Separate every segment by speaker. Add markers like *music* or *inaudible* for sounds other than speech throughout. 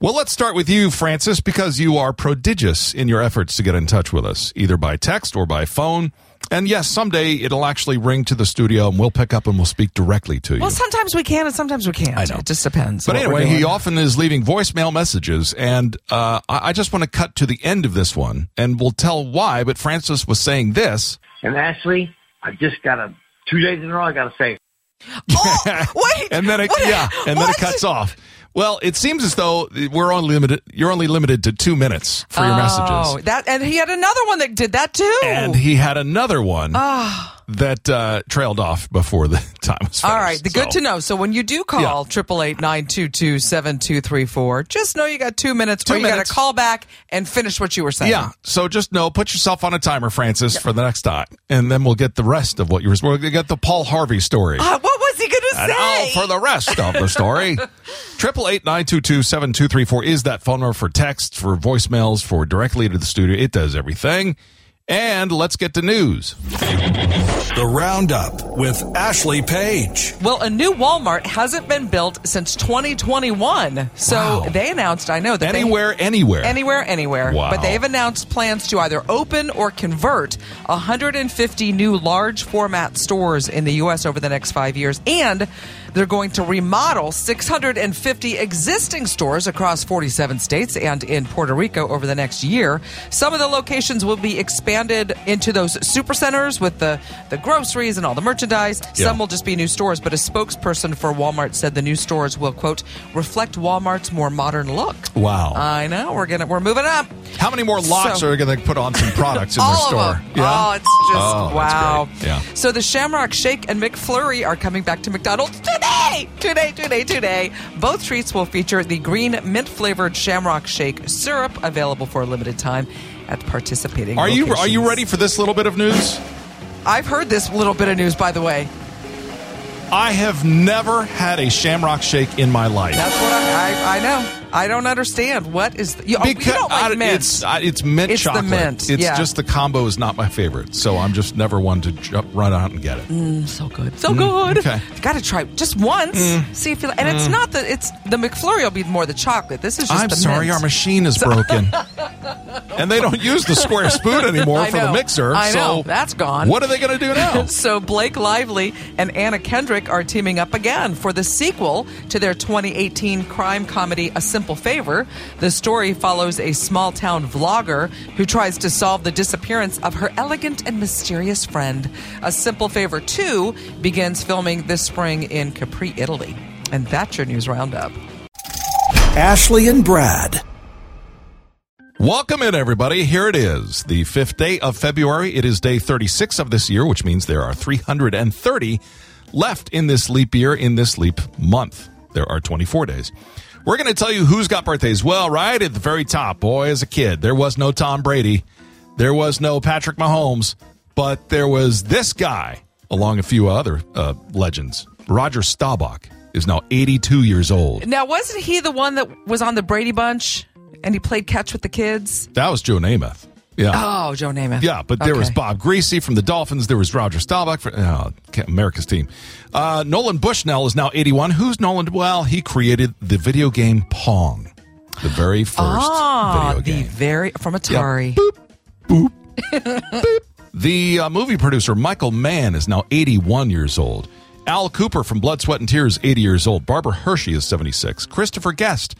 Speaker 1: Well, let's start with you, Francis, because you are prodigious in your efforts to get in touch with us, either by text or by phone. And yes, someday it'll actually ring to the studio and we'll pick up and we'll speak directly to you.
Speaker 2: Well, sometimes we can and sometimes we can't.
Speaker 1: I know.
Speaker 2: It just depends.
Speaker 1: But
Speaker 2: what we're
Speaker 1: anyway, he
Speaker 2: doing.
Speaker 1: often is leaving voicemail messages, and uh, I, I just want to cut to the end of this one, and we'll tell why. But Francis was saying this. *laughs*
Speaker 3: And Ashley, I just got to, two days in a row, I got to say,
Speaker 2: Oh, *laughs* wait.
Speaker 1: *laughs* and then it,
Speaker 2: What-
Speaker 1: yeah, and then
Speaker 2: what?
Speaker 1: it cuts off. Well, it seems as though we're only limited. You're only limited to two minutes for your
Speaker 2: Oh,
Speaker 1: messages.
Speaker 2: that and he had another one that did that too.
Speaker 1: And he had another one that uh, trailed off before the *laughs* time was finished.
Speaker 2: Ah. All right, the good
Speaker 1: So-
Speaker 2: to know. So when you do call
Speaker 1: Yeah.
Speaker 2: triple eight nine two two seven two three four, just know you got two minutes,
Speaker 1: Two
Speaker 2: or you got
Speaker 1: minutes.
Speaker 2: to call back and finish what you were saying.
Speaker 1: Yeah. So just know, put yourself on a timer, Francis, for the next time, and then we'll get the rest of what you were. We'll get the Paul Harvey story.
Speaker 2: Ah, what was he going to
Speaker 1: And
Speaker 2: say?
Speaker 1: now for the rest of the
Speaker 2: *laughs*
Speaker 1: story. Triple eight nine two two seven two three four is that phone number for texts, for voicemails, for directly to the studio. It does everything. And let's get to news.
Speaker 4: The Roundup with Ashley Page.
Speaker 2: Well, a new Walmart hasn't been built since 2021. So
Speaker 1: Wow.
Speaker 2: they announced, I know that they-
Speaker 1: Anywhere, anywhere.
Speaker 2: Anywhere, anywhere.
Speaker 1: Wow.
Speaker 2: But they've announced plans to either open or convert 150 new large format stores in the U.S. over the next five years. And they're going to remodel 650 existing stores across 47 states and in Puerto Rico over the next year. Some of the locations will be expanded into those super centers with the, the groceries and all the merchandise.
Speaker 1: Yeah.
Speaker 2: Some will just be new stores, but a spokesperson for Walmart said the new stores will, quote, reflect Walmart's more modern look.
Speaker 1: Wow.
Speaker 2: I know. We're gonna we're moving up.
Speaker 1: How many more lots
Speaker 2: Uh, So-
Speaker 1: are going to put on some products in their
Speaker 2: *laughs* All
Speaker 1: store?
Speaker 2: of them. Oh, it's just
Speaker 1: Oh, that's
Speaker 2: wow.
Speaker 1: great. Yeah.
Speaker 2: So the Shamrock Shake and McFlurry are coming back to McDonald's today, today, today, today. Both treats will feature the green mint flavored Shamrock Shake syrup, available for a limited time at participating.
Speaker 1: Are you are you
Speaker 2: locations.
Speaker 1: ready for this little bit of news?
Speaker 2: I've heard this little bit of news, by the way.
Speaker 1: I have never had a Shamrock Shake in my life.
Speaker 2: That's what I I, I know. I don't understand what is. The, you, oh, you don't like
Speaker 1: I-
Speaker 2: mint.
Speaker 1: It's, I- it's mint
Speaker 2: It's the
Speaker 1: chocolate.
Speaker 2: mint,
Speaker 1: It's
Speaker 2: yeah.
Speaker 1: just the combo is not my favorite, so I'm just never one to jump, run out and get it.
Speaker 2: so good, so
Speaker 1: Mm,
Speaker 2: good.
Speaker 1: okay. Mm.
Speaker 2: Got to try just once, see if you. like And it's not the it's the McFlurry will be more the chocolate. This is just.
Speaker 1: I'm
Speaker 2: the
Speaker 1: sorry,
Speaker 2: mint. *laughs*
Speaker 1: our machine is broken, and they don't use the square spoon anymore
Speaker 2: I
Speaker 1: for the
Speaker 2: know.
Speaker 1: mixer.
Speaker 2: I
Speaker 1: so
Speaker 2: know. That's gone.
Speaker 1: What are they going to do
Speaker 2: *laughs*
Speaker 1: now?
Speaker 2: So Blake Lively and Anna Kendrick are teaming up again for the sequel to their 2018 crime comedy A Simple Favor. The story follows a small town vlogger who tries to solve the disappearance of her elegant and mysterious friend. A Simple Favor 2 begins filming this spring in Capri, Italy. And that's your news roundup.
Speaker 4: Ashley and Brad.
Speaker 1: Welcome in, everybody. Here it is, the fifth day of February. It is day 36 of this year, which means there are 330 left in this leap year, in this leap month. There are 24 days. We're going to tell you who's got birthdays. Well, right at the very top, boy, as a kid, there was no Tom Brady, there was no Patrick Mahomes, but there was this guy, along a few other uh, legends. Roger Staubach is now 82 years old.
Speaker 2: Now, wasn't he the one that was on the Brady Bunch and he played catch with the kids?
Speaker 1: That was Joe Namath. Yeah.
Speaker 2: Oh, Joe Namath.
Speaker 1: Yeah, but there was
Speaker 2: Okay.
Speaker 1: Bob Greasy from the Dolphins. There was Roger Staubach for oh, America's team. Uh, Nolan Bushnell is now 81. Who's Nolan? Well, he created the video game Pong, the very first
Speaker 2: Ah,
Speaker 1: video
Speaker 2: the
Speaker 1: game.
Speaker 2: very from Atari.
Speaker 1: The uh, movie producer Michael Mann is now 81 years old. Al Cooper from Blood, Sweat, and Tears, 80 years old. Barbara Hershey is 76. Christopher Guest,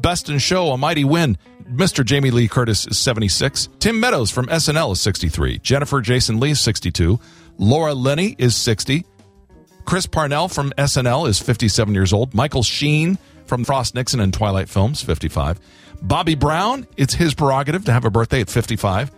Speaker 1: Best in Show, A Mighty Win. Mr. Jamie Lee Curtis is 76. Tim Meadows from SNL is 63. Jennifer Jason Lee is 62. Laura Linney is 60. Chris Parnell from SNL is 57 years old. Michael Sheen from Frost Nixon and Twilight films, 55. Bobby Brown, it's his prerogative to have a birthday at 55.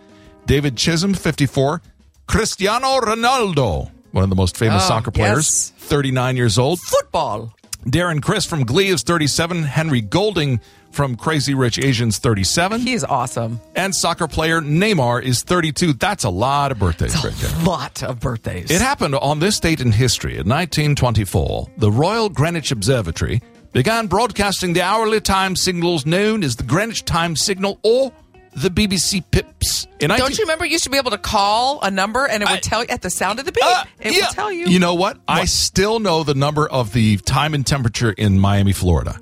Speaker 1: David Chisholm, 54. Cristiano Ronaldo, one of the most famous
Speaker 2: Oh,
Speaker 1: soccer players,
Speaker 2: yes.
Speaker 1: 39 years old.
Speaker 2: Football.
Speaker 1: Darren Chris from Glee is 37. Henry Golding from Crazy Rich Asians, 37.
Speaker 2: He is awesome.
Speaker 1: And soccer player Neymar is 32. That's a lot of birthdays right there.
Speaker 2: Lot of birthdays.
Speaker 1: It happened on this date in history. In 1924, the Royal Greenwich Observatory began broadcasting the hourly time signals known as the Greenwich Time Signal or the BBC pips. And I
Speaker 2: Don't you remember you used to be able to call a number and it would
Speaker 1: I-
Speaker 2: tell you at the sound of the beep?
Speaker 1: Uh,
Speaker 2: it
Speaker 1: yeah.
Speaker 2: would tell you.
Speaker 1: You know what? I still know the number of the time and temperature in Miami,
Speaker 2: *laughs*
Speaker 1: Florida.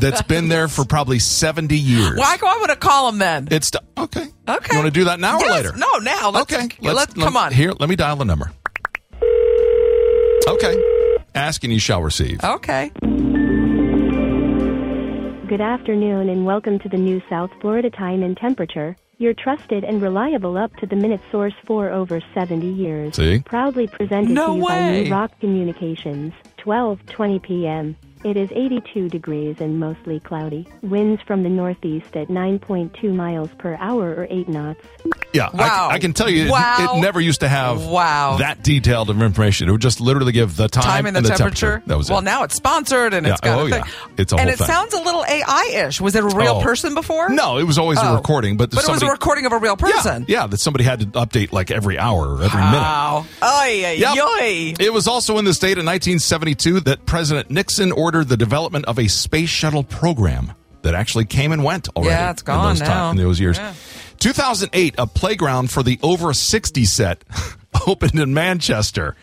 Speaker 1: that's been there for probably 70 years.
Speaker 2: why, why would I call them then?
Speaker 1: It's t- okay.
Speaker 2: Okay.
Speaker 1: You want to do that now
Speaker 2: Yes.
Speaker 1: or later?
Speaker 2: No, now. Let's-
Speaker 1: okay.
Speaker 2: let's- come on.
Speaker 1: Here, let me dial the number. Okay. Ask and you shall receive.
Speaker 2: okay.
Speaker 5: Good afternoon and welcome to the new South Florida time and temperature, your trusted and reliable up to the minute source for over 70 years.
Speaker 1: See?
Speaker 5: Proudly presented
Speaker 2: No
Speaker 5: to you by
Speaker 2: way.
Speaker 5: New Rock Communications, 12:20 p.m. It is 82 degrees and mostly cloudy. Winds from the northeast at 9.2 miles per hour or 8 knots.
Speaker 1: Yeah, I-
Speaker 2: Wow.
Speaker 1: I, can tell you, it-
Speaker 2: Wow.
Speaker 1: it, never used to have
Speaker 2: Wow.
Speaker 1: that detailed of information. It would just literally give the time,
Speaker 2: Time and the, temperature.
Speaker 1: That was
Speaker 2: well,
Speaker 1: it.
Speaker 2: now it's sponsored and
Speaker 1: Yeah.
Speaker 2: it's got
Speaker 1: Oh,
Speaker 2: a thing.
Speaker 1: yeah. It's a
Speaker 2: and
Speaker 1: whole
Speaker 2: it
Speaker 1: thing.
Speaker 2: sounds a little AI-ish. Was it a real
Speaker 1: Oh.
Speaker 2: person before?
Speaker 1: No, it was always
Speaker 2: Oh.
Speaker 1: a recording, but,
Speaker 2: But it was
Speaker 1: somebody-
Speaker 2: a recording of a real person. Ah.
Speaker 1: Yeah, yeah, that somebody had to update like every hour or every minute.
Speaker 2: Wow. Oy, oy,
Speaker 1: Yep.
Speaker 2: oy.
Speaker 1: It was also in the state in 1972 that President Nixon ordered the development of a space shuttle program that actually came and went already.
Speaker 2: Yeah, it's
Speaker 1: in
Speaker 2: gone
Speaker 1: those
Speaker 2: now.
Speaker 1: in those years.
Speaker 2: Yeah.
Speaker 1: 2008, a playground for the over 60 set *laughs* opened in Manchester.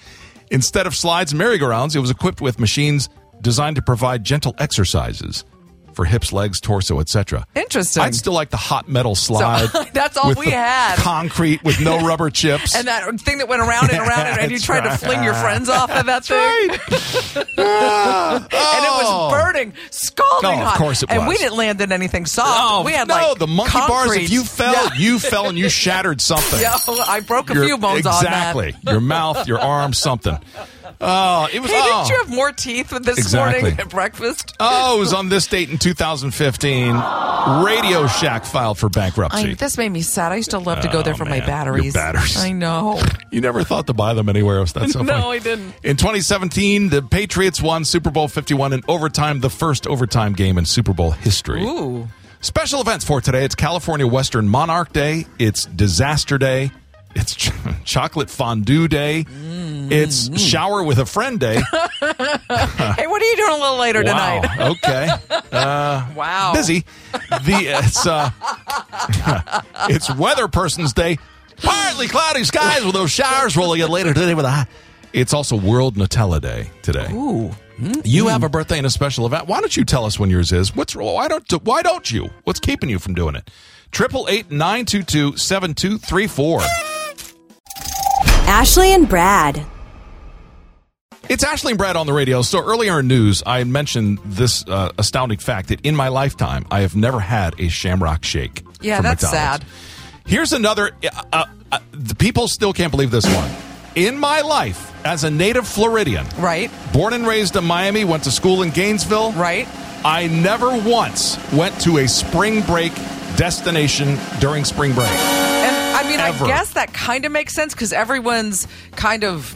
Speaker 1: Instead of slides and merry-go-rounds, it was equipped with machines designed to provide gentle exercises for hips, legs, torso, etc.
Speaker 2: Interesting.
Speaker 1: I'd still like the hot metal
Speaker 2: *laughs*
Speaker 1: slide.
Speaker 2: that's all
Speaker 1: with
Speaker 2: we
Speaker 1: the
Speaker 2: had.
Speaker 1: Concrete with no
Speaker 2: *laughs*
Speaker 1: rubber chips.
Speaker 2: And that thing that went around and around and, and you
Speaker 1: That's
Speaker 2: tried to
Speaker 1: right.
Speaker 2: fling your friends off of that thing. *laughs*
Speaker 1: Ah,
Speaker 2: And it
Speaker 1: oh.
Speaker 2: was burning, scalding
Speaker 1: No, of
Speaker 2: hot.
Speaker 1: course it
Speaker 2: and
Speaker 1: was.
Speaker 2: we didn't land in anything soft.
Speaker 1: Oh
Speaker 2: we had
Speaker 1: no!
Speaker 2: like
Speaker 1: the monkey bars. If
Speaker 2: concrete.
Speaker 1: you
Speaker 2: *laughs*
Speaker 1: fell,
Speaker 2: Yeah.
Speaker 1: you fell and you shattered something.
Speaker 2: Yeah, I broke a
Speaker 1: Your-
Speaker 2: few bones
Speaker 1: exactly.
Speaker 2: on that.
Speaker 1: Your mouth, your arm, something. Oh, it was.
Speaker 2: Hey,
Speaker 1: oh.
Speaker 2: didn't you have more teeth with this
Speaker 1: Exactly.
Speaker 2: morning at breakfast?
Speaker 1: Oh, it was on this date in 2015. Radio Shack filed for bankruptcy.
Speaker 2: I, this made me sad. I used to love to go there
Speaker 1: Oh,
Speaker 2: for
Speaker 1: man.
Speaker 2: my
Speaker 1: Your
Speaker 2: batteries.
Speaker 1: batteries.
Speaker 2: I know.
Speaker 1: you never thought to buy them anywhere else. That's *laughs* so
Speaker 2: No,
Speaker 1: funny.
Speaker 2: I didn't.
Speaker 1: In 2017, the Patriots won Super Bowl 51 in overtime, the first overtime game in Super Bowl history.
Speaker 2: Ooh.
Speaker 1: Special events for today. It's California Western Monarch Day. It's Disaster Day. It's *laughs* ch- Chocolate Fondue Day. It's Shower with a Friend Day.
Speaker 2: Hey, what are you doing a little later
Speaker 1: wow.
Speaker 2: tonight? *laughs*
Speaker 1: Okay.
Speaker 2: Wow.
Speaker 1: Busy. The it's uh, *laughs* it's Weather Person's Day. Partly cloudy skies with those showers rolling in later today with a high. It's also World Nutella Day today.
Speaker 2: Ooh. Hmm.
Speaker 1: You have a birthday and a special event. Why don't you tell us when yours is? What's why don't why don't you? What's keeping you from doing it? Triple eight nine two two seven two three four.
Speaker 6: Ashley and Brad.
Speaker 1: It's Ashley and Brad on the radio. So earlier in news, I mentioned this uh, astounding fact that in my lifetime, I have never had a Shamrock Shake.
Speaker 2: Yeah,
Speaker 1: from
Speaker 2: that's
Speaker 1: McDonald's.
Speaker 2: sad.
Speaker 1: Here's another. Uh, uh, uh, the people still can't believe this one. In my life, as a native Floridian,
Speaker 2: Right.
Speaker 1: born and raised in Miami, went to school in Gainesville,
Speaker 2: Right.
Speaker 1: I never once went to a spring break destination during spring break.
Speaker 2: And I mean,
Speaker 1: Ever.
Speaker 2: I guess that kind of makes sense because everyone's kind of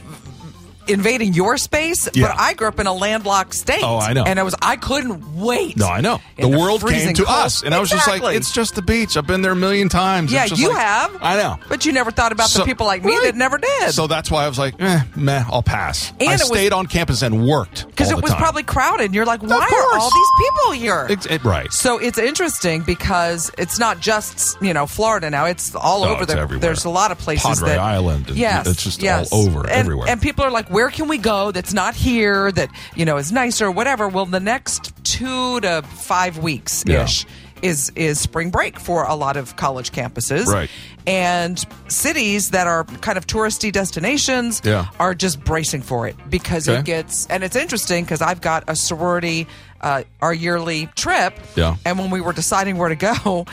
Speaker 2: invading your space.
Speaker 1: Yeah.
Speaker 2: But I grew up in a landlocked state.
Speaker 1: Oh, I know.
Speaker 2: And I was, I couldn't wait.
Speaker 1: No, I know. The
Speaker 2: in
Speaker 1: world came
Speaker 2: freezing
Speaker 1: to
Speaker 2: cold.
Speaker 1: us, and I was just like,
Speaker 2: Exactly.
Speaker 1: "It's just the beach. I've been there a million times." It's
Speaker 2: yeah,
Speaker 1: just
Speaker 2: you
Speaker 1: like-
Speaker 2: have.
Speaker 1: I know.
Speaker 2: But you never thought about
Speaker 1: So-
Speaker 2: the people like me
Speaker 1: Right.
Speaker 2: that never did.
Speaker 1: So that's why I was like, eh, meh, I'll pass.
Speaker 2: And
Speaker 1: I
Speaker 2: it was-
Speaker 1: stayed on campus and worked
Speaker 2: because
Speaker 1: all
Speaker 2: it
Speaker 1: the
Speaker 2: was
Speaker 1: time.
Speaker 2: probably crowded. And you're like, why are
Speaker 1: course.
Speaker 2: all these people here?
Speaker 1: Ex- it- right.
Speaker 2: So it's interesting because it's not just you know Florida now; it's all
Speaker 1: No,
Speaker 2: over.
Speaker 1: it's
Speaker 2: there.
Speaker 1: everywhere.
Speaker 2: There's a lot of places.
Speaker 1: Padre
Speaker 2: that,
Speaker 1: Island and
Speaker 2: yes,
Speaker 1: it's just
Speaker 2: yes.
Speaker 1: all over,
Speaker 2: And-
Speaker 1: everywhere.
Speaker 2: And people are like, "Where can we go that's not here? That you know is nicer, whatever." Well, the next two to five weeks ish. Is, is spring break for a lot of college campuses.
Speaker 1: Right.
Speaker 2: And cities that are kind of touristy destinations
Speaker 1: Yeah.
Speaker 2: are just bracing for it because
Speaker 1: Okay.
Speaker 2: it gets, and it's interesting because I've got a sorority, uh, our yearly trip.
Speaker 1: Yeah.
Speaker 2: And when we were deciding where to go,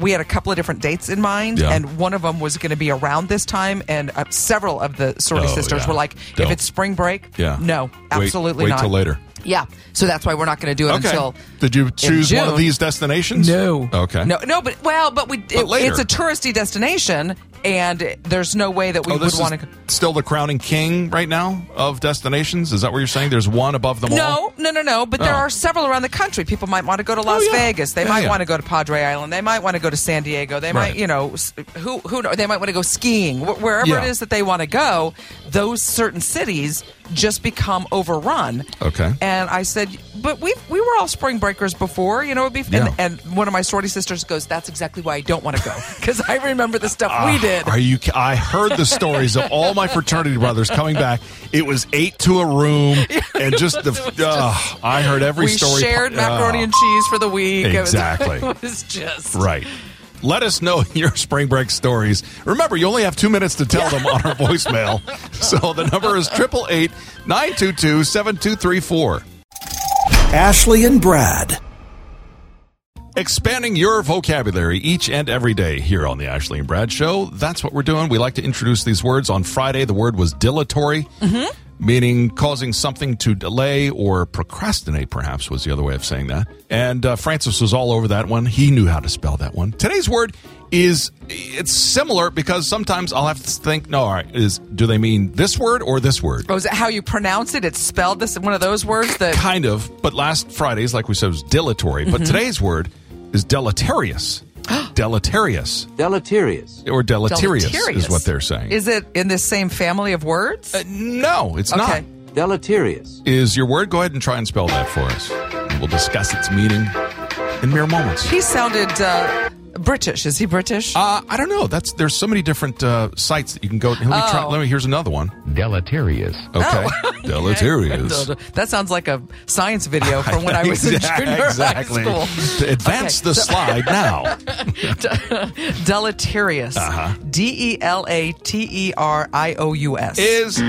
Speaker 2: we had a couple of different dates in mind,
Speaker 1: Yeah.
Speaker 2: and one of them was going to be around this time. And uh, several of the sorority
Speaker 1: Oh,
Speaker 2: sisters
Speaker 1: yeah.
Speaker 2: were like,
Speaker 1: Don't.
Speaker 2: "If it's spring break,
Speaker 1: Yeah.
Speaker 2: no,
Speaker 1: Wait-
Speaker 2: absolutely
Speaker 1: wait
Speaker 2: not."
Speaker 1: till later.
Speaker 2: Yeah, so that's why we're not going to do it
Speaker 1: okay.
Speaker 2: until.
Speaker 1: Did you
Speaker 2: in
Speaker 1: choose one of
Speaker 2: June.
Speaker 1: these destinations? Okay. Oh,
Speaker 2: No, no, but well, but we it-
Speaker 1: later.
Speaker 2: it's a touristy destination, and there's no way that we
Speaker 1: Oh,
Speaker 2: would
Speaker 1: this
Speaker 2: want
Speaker 1: is
Speaker 2: to.
Speaker 1: still the crowning king right now of destinations. Is that what you're saying? There's one above them all.
Speaker 2: No, no, no, no. But there
Speaker 1: Oh.
Speaker 2: are several around the country. People might want to go to Las
Speaker 1: yeah.
Speaker 2: Vegas. They
Speaker 1: Yeah,
Speaker 2: might
Speaker 1: yeah.
Speaker 2: want to go to Padre Island. They might want to go to San Diego. They
Speaker 1: Right.
Speaker 2: might, you know, s- who who know, they might want to go skiing. Wh- Wherever
Speaker 1: Yeah.
Speaker 2: it is that they want to go, those certain cities just become overrun.
Speaker 1: Okay.
Speaker 2: And And I said, but we we were all spring breakers before, you know. It'd be
Speaker 1: Yeah.
Speaker 2: and, and one of my sorority sisters goes, "That's exactly why I don't want to go *laughs* because I remember the stuff
Speaker 1: Ah,
Speaker 2: we did."
Speaker 1: Are you? ki- I heard the stories of all my fraternity brothers coming back. It was eight to a
Speaker 2: *laughs*
Speaker 1: room, and just the. ugh, I heard every
Speaker 2: we
Speaker 1: story.
Speaker 2: shared
Speaker 1: Ugh.
Speaker 2: macaroni and cheese for the week. It was- *laughs*
Speaker 1: Exactly.
Speaker 2: It was, just
Speaker 1: Right. Let us know *laughs* your spring break stories. Remember, you only have two minutes to tell them on our
Speaker 2: *laughs*
Speaker 1: voicemail. So the number is 888 922 7234.
Speaker 4: Ashley and Brad.
Speaker 1: Expanding your vocabulary each and every day here on the Ashley and Brad Show. That's what we're doing. We like to introduce these words. On Friday, the word was dilatory, meaning causing something to delay or procrastinate, perhaps was the other way of saying that. And uh, Francis was all over that one. He knew how to spell that one. Today's word is it's similar because sometimes I'll have to think. No, all right, is do they mean this word or this word?
Speaker 2: Oh, is it how you pronounce it? It's spelled this one of those words that
Speaker 1: Kind of, but last Friday's, like we said, was dilatory.
Speaker 2: Mm-hmm.
Speaker 1: But today's word is
Speaker 2: *gasps*
Speaker 1: deleterious. deleterious
Speaker 6: Deleterious.
Speaker 1: or deleterious,
Speaker 2: deleterious.
Speaker 1: is what they're saying. Uh,
Speaker 2: Is it in this same family of words?
Speaker 1: no, it's not.
Speaker 2: Okay.
Speaker 6: Deleterious.
Speaker 1: Is your word? Go ahead and try and spell that for us. And we'll discuss its meaning in mere moments.
Speaker 2: He sounded uh, British. Is he British?
Speaker 1: Uh, I don't know. That's there's so many different uh, sites that you can go. Let me try.
Speaker 2: Oh.
Speaker 1: Let me. Here's another one.
Speaker 7: Deleterious.
Speaker 1: Okay,
Speaker 2: *laughs*
Speaker 1: deleterious.
Speaker 2: that sounds like a science
Speaker 1: *laughs*
Speaker 2: video from when I was in junior
Speaker 1: exactly.
Speaker 2: high school. *laughs*
Speaker 1: To Advance
Speaker 2: Okay.
Speaker 1: the slide
Speaker 2: *laughs*
Speaker 1: now.
Speaker 2: Deleterious.
Speaker 1: Uh-huh.
Speaker 2: D E L A T E R I O U S.
Speaker 1: Is oh,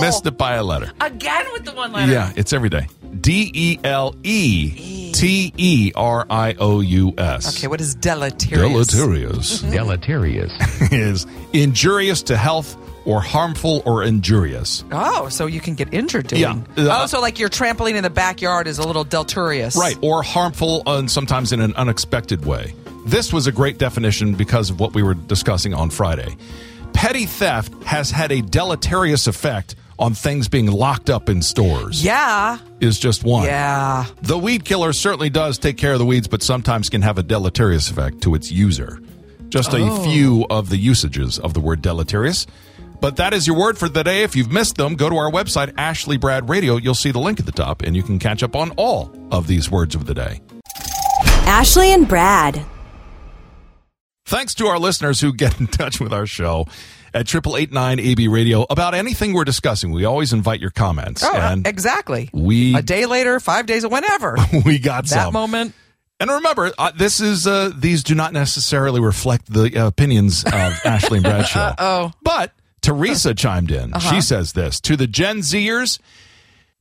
Speaker 1: you missed it by a letter.
Speaker 2: Again with the one letter.
Speaker 1: Yeah, it's every day. D E L E T E R I O U S.
Speaker 2: Okay, what is deleterious? *laughs*
Speaker 1: Deleterious
Speaker 7: Deleterious.
Speaker 1: is injurious to health or harmful or injurious.
Speaker 2: Oh, so you can get injured doing.
Speaker 1: Yeah. Uh,
Speaker 2: oh, so like your trampoline in the backyard is a little deleterious.
Speaker 1: Right, or harmful and sometimes in an unexpected way. This was a great definition because of what we were discussing on Friday. Petty theft has had a deleterious effect on things being locked up in stores.
Speaker 2: Yeah.
Speaker 1: Is just one.
Speaker 2: Yeah.
Speaker 1: The weed killer certainly does take care of the weeds, but sometimes can have a deleterious effect to its user. Just
Speaker 2: Oh.
Speaker 1: a few of the usages of the word deleterious. But that is your word for the day. If you've missed them, go to our website, Ashley Brad Radio. You'll see the link at the top, and you can catch up on all of these words of the day.
Speaker 8: Ashley and Brad.
Speaker 1: Thanks to our listeners who get *laughs* in touch with our show at 889 AB Radio about anything we're discussing. We always invite your comments.
Speaker 2: Oh,
Speaker 1: and
Speaker 2: exactly.
Speaker 1: we-
Speaker 2: a day later, five days, whenever.
Speaker 1: *laughs* we got
Speaker 2: that
Speaker 1: some.
Speaker 2: moment.
Speaker 1: And remember, uh, this is uh, these do not necessarily reflect the uh, opinions of *laughs* Ashley and Bradshaw. Oh, but Teresa chimed in. She says this to the Gen Zers: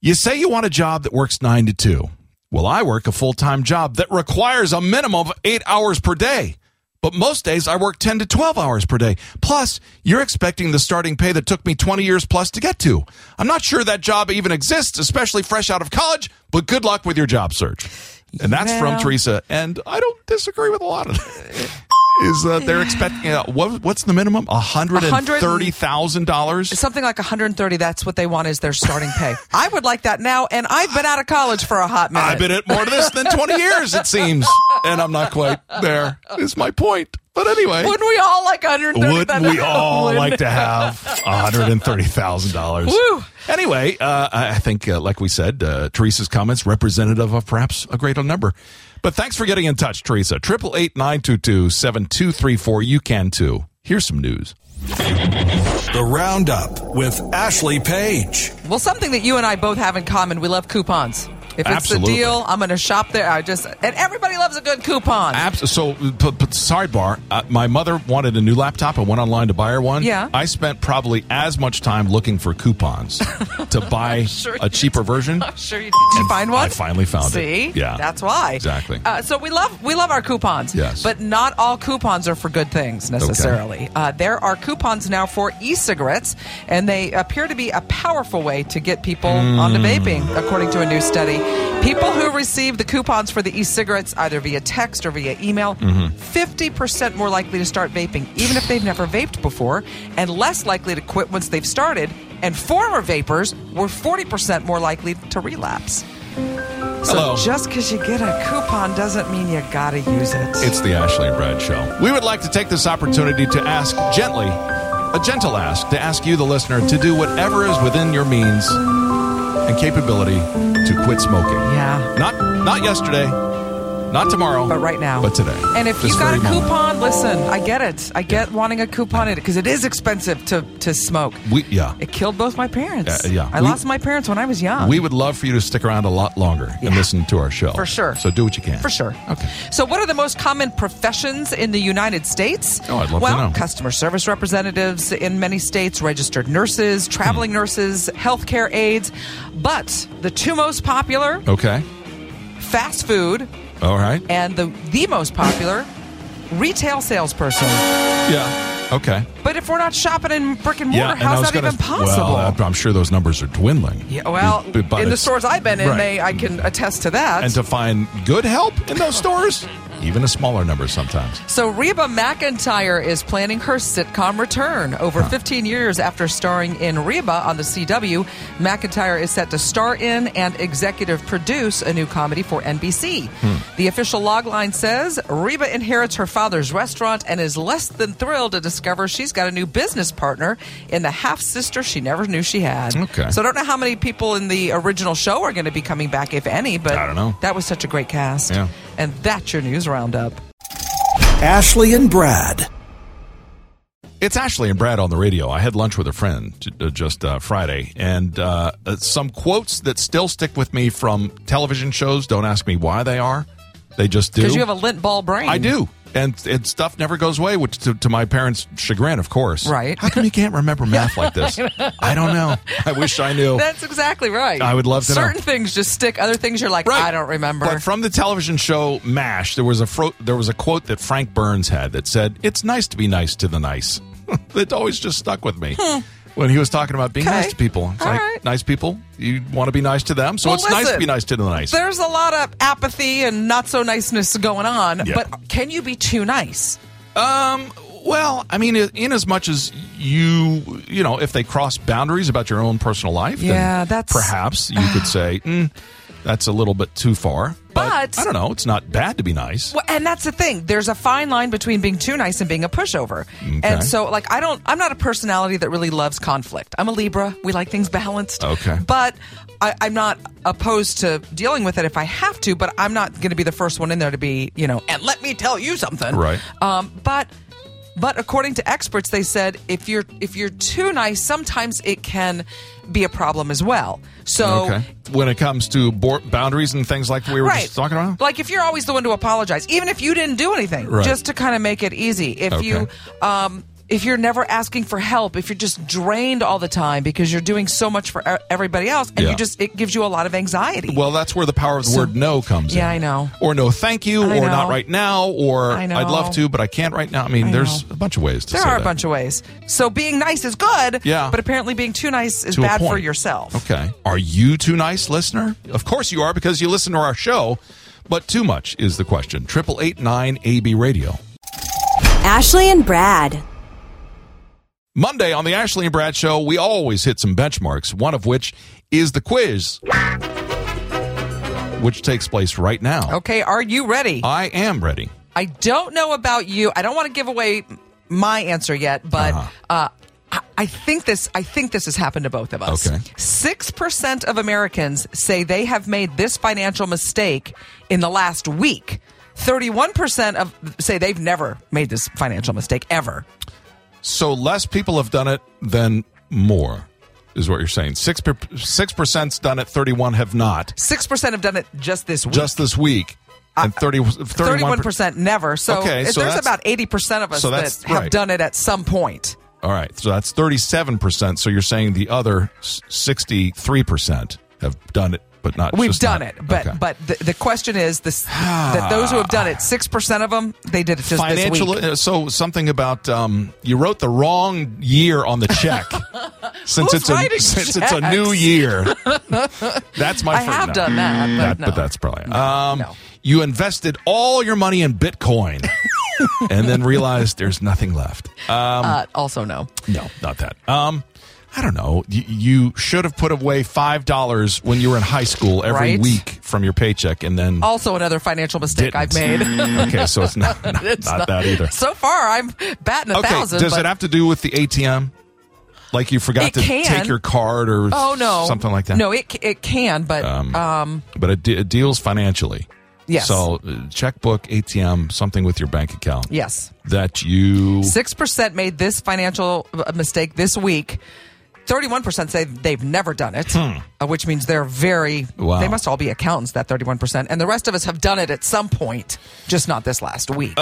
Speaker 1: You say you want a job that works nine to two. Well, I work a full time job that requires a minimum of eight hours per day. But most days I work 10 to 12 hours per day. Plus, you're expecting the starting pay that took me 20 years plus to get to. I'm not sure that job even exists, especially fresh out of college, but good luck with your job search. And that's from
Speaker 2: Well-
Speaker 1: Teresa. And I don't disagree with a lot of that. Is uh, they're expecting uh, what, what's the minimum? hundred and thirty thousand dollars.
Speaker 2: Something like 130, that's what they want is their starting
Speaker 1: *laughs*
Speaker 2: pay. I would like that now, and I've been out of college for a hot minute.
Speaker 1: I've been at more to this than twenty years, it seems, and I'm not quite there. Is my point? But anyway,
Speaker 2: Wouldn't we all like 130?
Speaker 1: Wouldn't we
Speaker 2: *laughs*
Speaker 1: all like to have $130,000?
Speaker 2: Woo.
Speaker 1: Anyway, uh, I I think, uh, like we said, uh, Teresa's comments representative of perhaps a greater number. But thanks for getting in touch, Teresa. 888-922-7234. You can too. Here's some news.
Speaker 4: The Roundup with Ashley Page.
Speaker 2: Well, something that you and I both have in common, we love coupons. If it's
Speaker 1: Absolutely.
Speaker 2: the deal, I'm going to shop there. I just and everybody loves a good coupon. *laughs*
Speaker 1: Abs- so, but, but sidebar, uh, my mother wanted a new laptop. I went online to buy her one.
Speaker 2: Yeah.
Speaker 1: I spent probably as much time looking for
Speaker 2: *laughs*
Speaker 1: coupons to buy a cheaper version.
Speaker 2: sure you did. Did you
Speaker 1: And
Speaker 2: find one?
Speaker 1: I finally found
Speaker 2: See?
Speaker 1: it. Yeah.
Speaker 2: That's why.
Speaker 1: Exactly.
Speaker 2: Uh, so we love we love our coupons.
Speaker 1: Yes.
Speaker 2: But not all coupons are for good things necessarily. Uh, there are coupons now for e-cigarettes, and they appear to be a powerful way to get people onto vaping, according to a new study. People who receive the coupons for the e-cigarettes either via text or via email, 50% more likely to start vaping, even if they've never vaped before, and less likely to quit once they've started. And former vapors were 40% more likely to relapse.
Speaker 1: Hello.
Speaker 2: So just because you get a coupon doesn't mean you gotta use it.
Speaker 1: It's the Ashley and Brad Show. We would like to take this opportunity to ask gently, a gentle ask, to ask you, the listener, to do whatever is within your means and capability to quit smoking.
Speaker 2: Yeah.
Speaker 1: Not not yesterday, not tomorrow,
Speaker 2: But right now.
Speaker 1: but today.
Speaker 2: And if
Speaker 1: This
Speaker 2: you got a
Speaker 1: very moment.
Speaker 2: coupon, listen, I get it. I get wanting a coupon because it is expensive to, to smoke.
Speaker 1: we yeah.
Speaker 2: It killed both my parents.
Speaker 1: Uh, yeah.
Speaker 2: I
Speaker 1: We-
Speaker 2: lost my parents when I was young.
Speaker 1: We would love for you to stick around a lot longer and
Speaker 2: Yeah.
Speaker 1: listen to our show.
Speaker 2: For sure.
Speaker 1: So do what you can.
Speaker 2: For sure.
Speaker 1: Okay.
Speaker 2: So, what are the most common professions in the United States?
Speaker 1: Oh, I'd love to
Speaker 2: well,
Speaker 1: know.
Speaker 2: customer service representatives in many states, registered nurses, traveling
Speaker 1: Hmm.
Speaker 2: nurses, healthcare aides. But the two most popular
Speaker 1: Okay.
Speaker 2: fast food
Speaker 1: All right.
Speaker 2: and the, the most popular retail salesperson.
Speaker 1: Yeah. Okay.
Speaker 2: But if we're not shopping in brick and mortar,
Speaker 1: and I
Speaker 2: how's
Speaker 1: was
Speaker 2: that
Speaker 1: gonna-
Speaker 2: even possible?
Speaker 1: Well, I'm- I'm sure those numbers are dwindling.
Speaker 2: yeah, well
Speaker 1: B- but
Speaker 2: in the
Speaker 1: it's-
Speaker 2: stores I've been in,
Speaker 1: Right.
Speaker 2: they, uh, I can attest to that.
Speaker 1: and to find good help in those stores, even a smaller number sometimes.
Speaker 2: So Reba McIntyre is planning her sitcom return. Over 15 years after starring in Reba on the CW, McIntyre is set to star in and executive produce a new comedy for NBC.
Speaker 1: Hmm.
Speaker 2: The official logline says Reba inherits her father's restaurant and is less than thrilled to discover she's got a new business partner in the half sister she never knew she had.
Speaker 1: Okay.
Speaker 2: So I don't know how many people in the original show are going to be coming back, if any. But
Speaker 1: I don't know.
Speaker 2: That was such a great cast.
Speaker 1: Yeah.
Speaker 2: And that's your news roundup.
Speaker 4: Ashley and Brad.
Speaker 1: It's Ashley and Brad on the radio. I had lunch with a friend j- uh, just uh, Friday, and uh, uh, some quotes that still stick with me from television shows. Don't ask me why they are; they just do.
Speaker 2: Because you have a lint ball brain.
Speaker 1: I do, and and stuff never goes away, which to, to my parents' chagrin, of course.
Speaker 2: Right.
Speaker 1: How come you can't remember math like
Speaker 2: *laughs*
Speaker 1: this? I don't know. I wish I knew.
Speaker 2: That's exactly right.
Speaker 1: I would love to know.
Speaker 2: Certain things just stick. Other things you're like, I don't remember.
Speaker 1: But from the television show MASH, there was a fro- there was a quote that Frank Burns had that said, "It's nice to be nice to the nice." *laughs* it always just stuck with me. When he was talking about being nice
Speaker 2: Hmm. Okay.
Speaker 1: to people, it's
Speaker 2: All
Speaker 1: like
Speaker 2: right.
Speaker 1: nice people. You want to be nice to them, so
Speaker 2: Well,
Speaker 1: it's nice to
Speaker 2: listen.
Speaker 1: be nice to the nice.
Speaker 2: There's a lot of apathy and not so niceness going on.
Speaker 1: Yeah.
Speaker 2: But can you be too nice?
Speaker 1: Um, well, I mean, in as much as you, you know, if they cross boundaries about your own personal life, then
Speaker 2: Yeah, that's-
Speaker 1: perhaps you
Speaker 2: *sighs*
Speaker 1: could say mm, that's a little bit too far.
Speaker 2: But-
Speaker 1: I don't know. It's not bad to be nice.
Speaker 2: Well, and that's the thing. There's a fine line between being too nice and being a pushover.
Speaker 1: Okay.
Speaker 2: And so, like, I don't. I'm not a personality that really loves conflict. I'm a Libra. We like things balanced.
Speaker 1: Okay.
Speaker 2: But I, I'm not opposed to dealing with it if I have to. But I'm not going to be the first one in there to be, you know. And let me tell you something.
Speaker 1: Right.
Speaker 2: Um, but. But according to experts, they said if you're if you're too nice, sometimes it can be a problem as well. So
Speaker 1: Okay. When it comes to bor- boundaries and things like we were
Speaker 2: right.
Speaker 1: just talking about,
Speaker 2: Like if you're always the one to apologize, even if you didn't do anything,
Speaker 1: Right.
Speaker 2: just to kind of make it easy. If
Speaker 1: Okay.
Speaker 2: you, um, if you're never asking for help, if you're just drained all the time because you're doing so much for e- everybody else, and
Speaker 1: Yeah.
Speaker 2: you just it gives you a lot of anxiety.
Speaker 1: well, that's where the power of the word no comes in.
Speaker 2: Yeah, I know.
Speaker 1: Or no, thank you,
Speaker 2: I
Speaker 1: or not
Speaker 2: know.
Speaker 1: right now, or
Speaker 2: I know.
Speaker 1: I'd love to, but I can't right now. I mean, there's
Speaker 2: know.
Speaker 1: a bunch of ways to
Speaker 2: there
Speaker 1: say
Speaker 2: are a
Speaker 1: that.
Speaker 2: bunch of ways. So being nice is good.
Speaker 1: Yeah.
Speaker 2: But apparently being too nice is
Speaker 1: to a
Speaker 2: bad for
Speaker 1: point.
Speaker 2: yourself.
Speaker 1: Okay. Are you too nice, listener? Of course you are because you listen to our show, but too much is the question. 8889 AB Radio.
Speaker 8: Ashley and Brad.
Speaker 1: Monday on the Ashley and Brad Show, we always hit some benchmarks, one of which is the quiz, which takes place right now.
Speaker 2: Okay. Are you ready?
Speaker 1: I am ready.
Speaker 2: I don't know about you. I don't want to give away my answer yet, but
Speaker 1: Uh-huh.
Speaker 2: uh I, I think this. I think this has happened to both of us.
Speaker 1: Okay.
Speaker 2: Six percent of Americans say they have made this financial mistake in the last week. Thirty-one percent of say they've never made this financial mistake ever.
Speaker 1: So less people have done it than more, is what you're saying. Six per, 6%'s done it, 31 have not.
Speaker 2: Six percent have done it just this week.
Speaker 1: Just this week, and 30, 31
Speaker 2: Thirty-one percent never. So,
Speaker 1: Okay,
Speaker 2: it-
Speaker 1: so
Speaker 2: there's
Speaker 1: that's-
Speaker 2: about eighty percent of us
Speaker 1: so
Speaker 2: that
Speaker 1: that's
Speaker 2: have
Speaker 1: right.
Speaker 2: done it at some point.
Speaker 1: All right, so that's thirty-seven percent. So you're saying the other sixty-three percent have done it, but not.
Speaker 2: We've
Speaker 1: just
Speaker 2: done
Speaker 1: not-
Speaker 2: it, but
Speaker 1: okay.
Speaker 2: but the, the question is this: that those who have done it, six percent of them, they did it just
Speaker 1: financial.
Speaker 2: this week.
Speaker 1: uh, So something about um, you wrote the wrong year on the
Speaker 2: *laughs*
Speaker 1: check. since
Speaker 2: Who's
Speaker 1: it's a
Speaker 2: writing
Speaker 1: since it's a new
Speaker 2: checks? *laughs*
Speaker 1: year. that's my.
Speaker 2: I
Speaker 1: first-
Speaker 2: have done that, but no.
Speaker 1: that's probably. um,
Speaker 2: no.
Speaker 1: You invested all your money in Bitcoin,
Speaker 2: *laughs*
Speaker 1: and then realized there's nothing left.
Speaker 2: uh, also, no.
Speaker 1: No, not that. Um, I don't know. You, you should have put away five dollars when you were in high school every
Speaker 2: Right.
Speaker 1: week from your paycheck, and then
Speaker 2: Also, another financial mistake
Speaker 1: didn't.
Speaker 2: I've made.
Speaker 1: *laughs*
Speaker 2: *laughs*
Speaker 1: okay, so it's not not,
Speaker 2: It's
Speaker 1: not that either.
Speaker 2: so far, I'm batting a
Speaker 1: Okay,
Speaker 2: thousand.
Speaker 1: does
Speaker 2: but
Speaker 1: it have to do with the ATM? Like you forgot
Speaker 2: It
Speaker 1: to
Speaker 2: can.
Speaker 1: take your card or
Speaker 2: Oh no,
Speaker 1: something like that.
Speaker 2: No, it c- it can, but um,
Speaker 1: but it, de- it deals financially.
Speaker 2: Yes.
Speaker 1: So uh, checkbook, ATM, something with your bank account.
Speaker 2: yes,
Speaker 1: That you
Speaker 2: six percent made this financial uh, mistake this week. Thirty-one percent say they've never done it, uh, which means they're very.
Speaker 1: Hmm. Wow.
Speaker 2: They must all be accountants. That thirty-one percent, and the rest of us have done it at some point, just not this last week.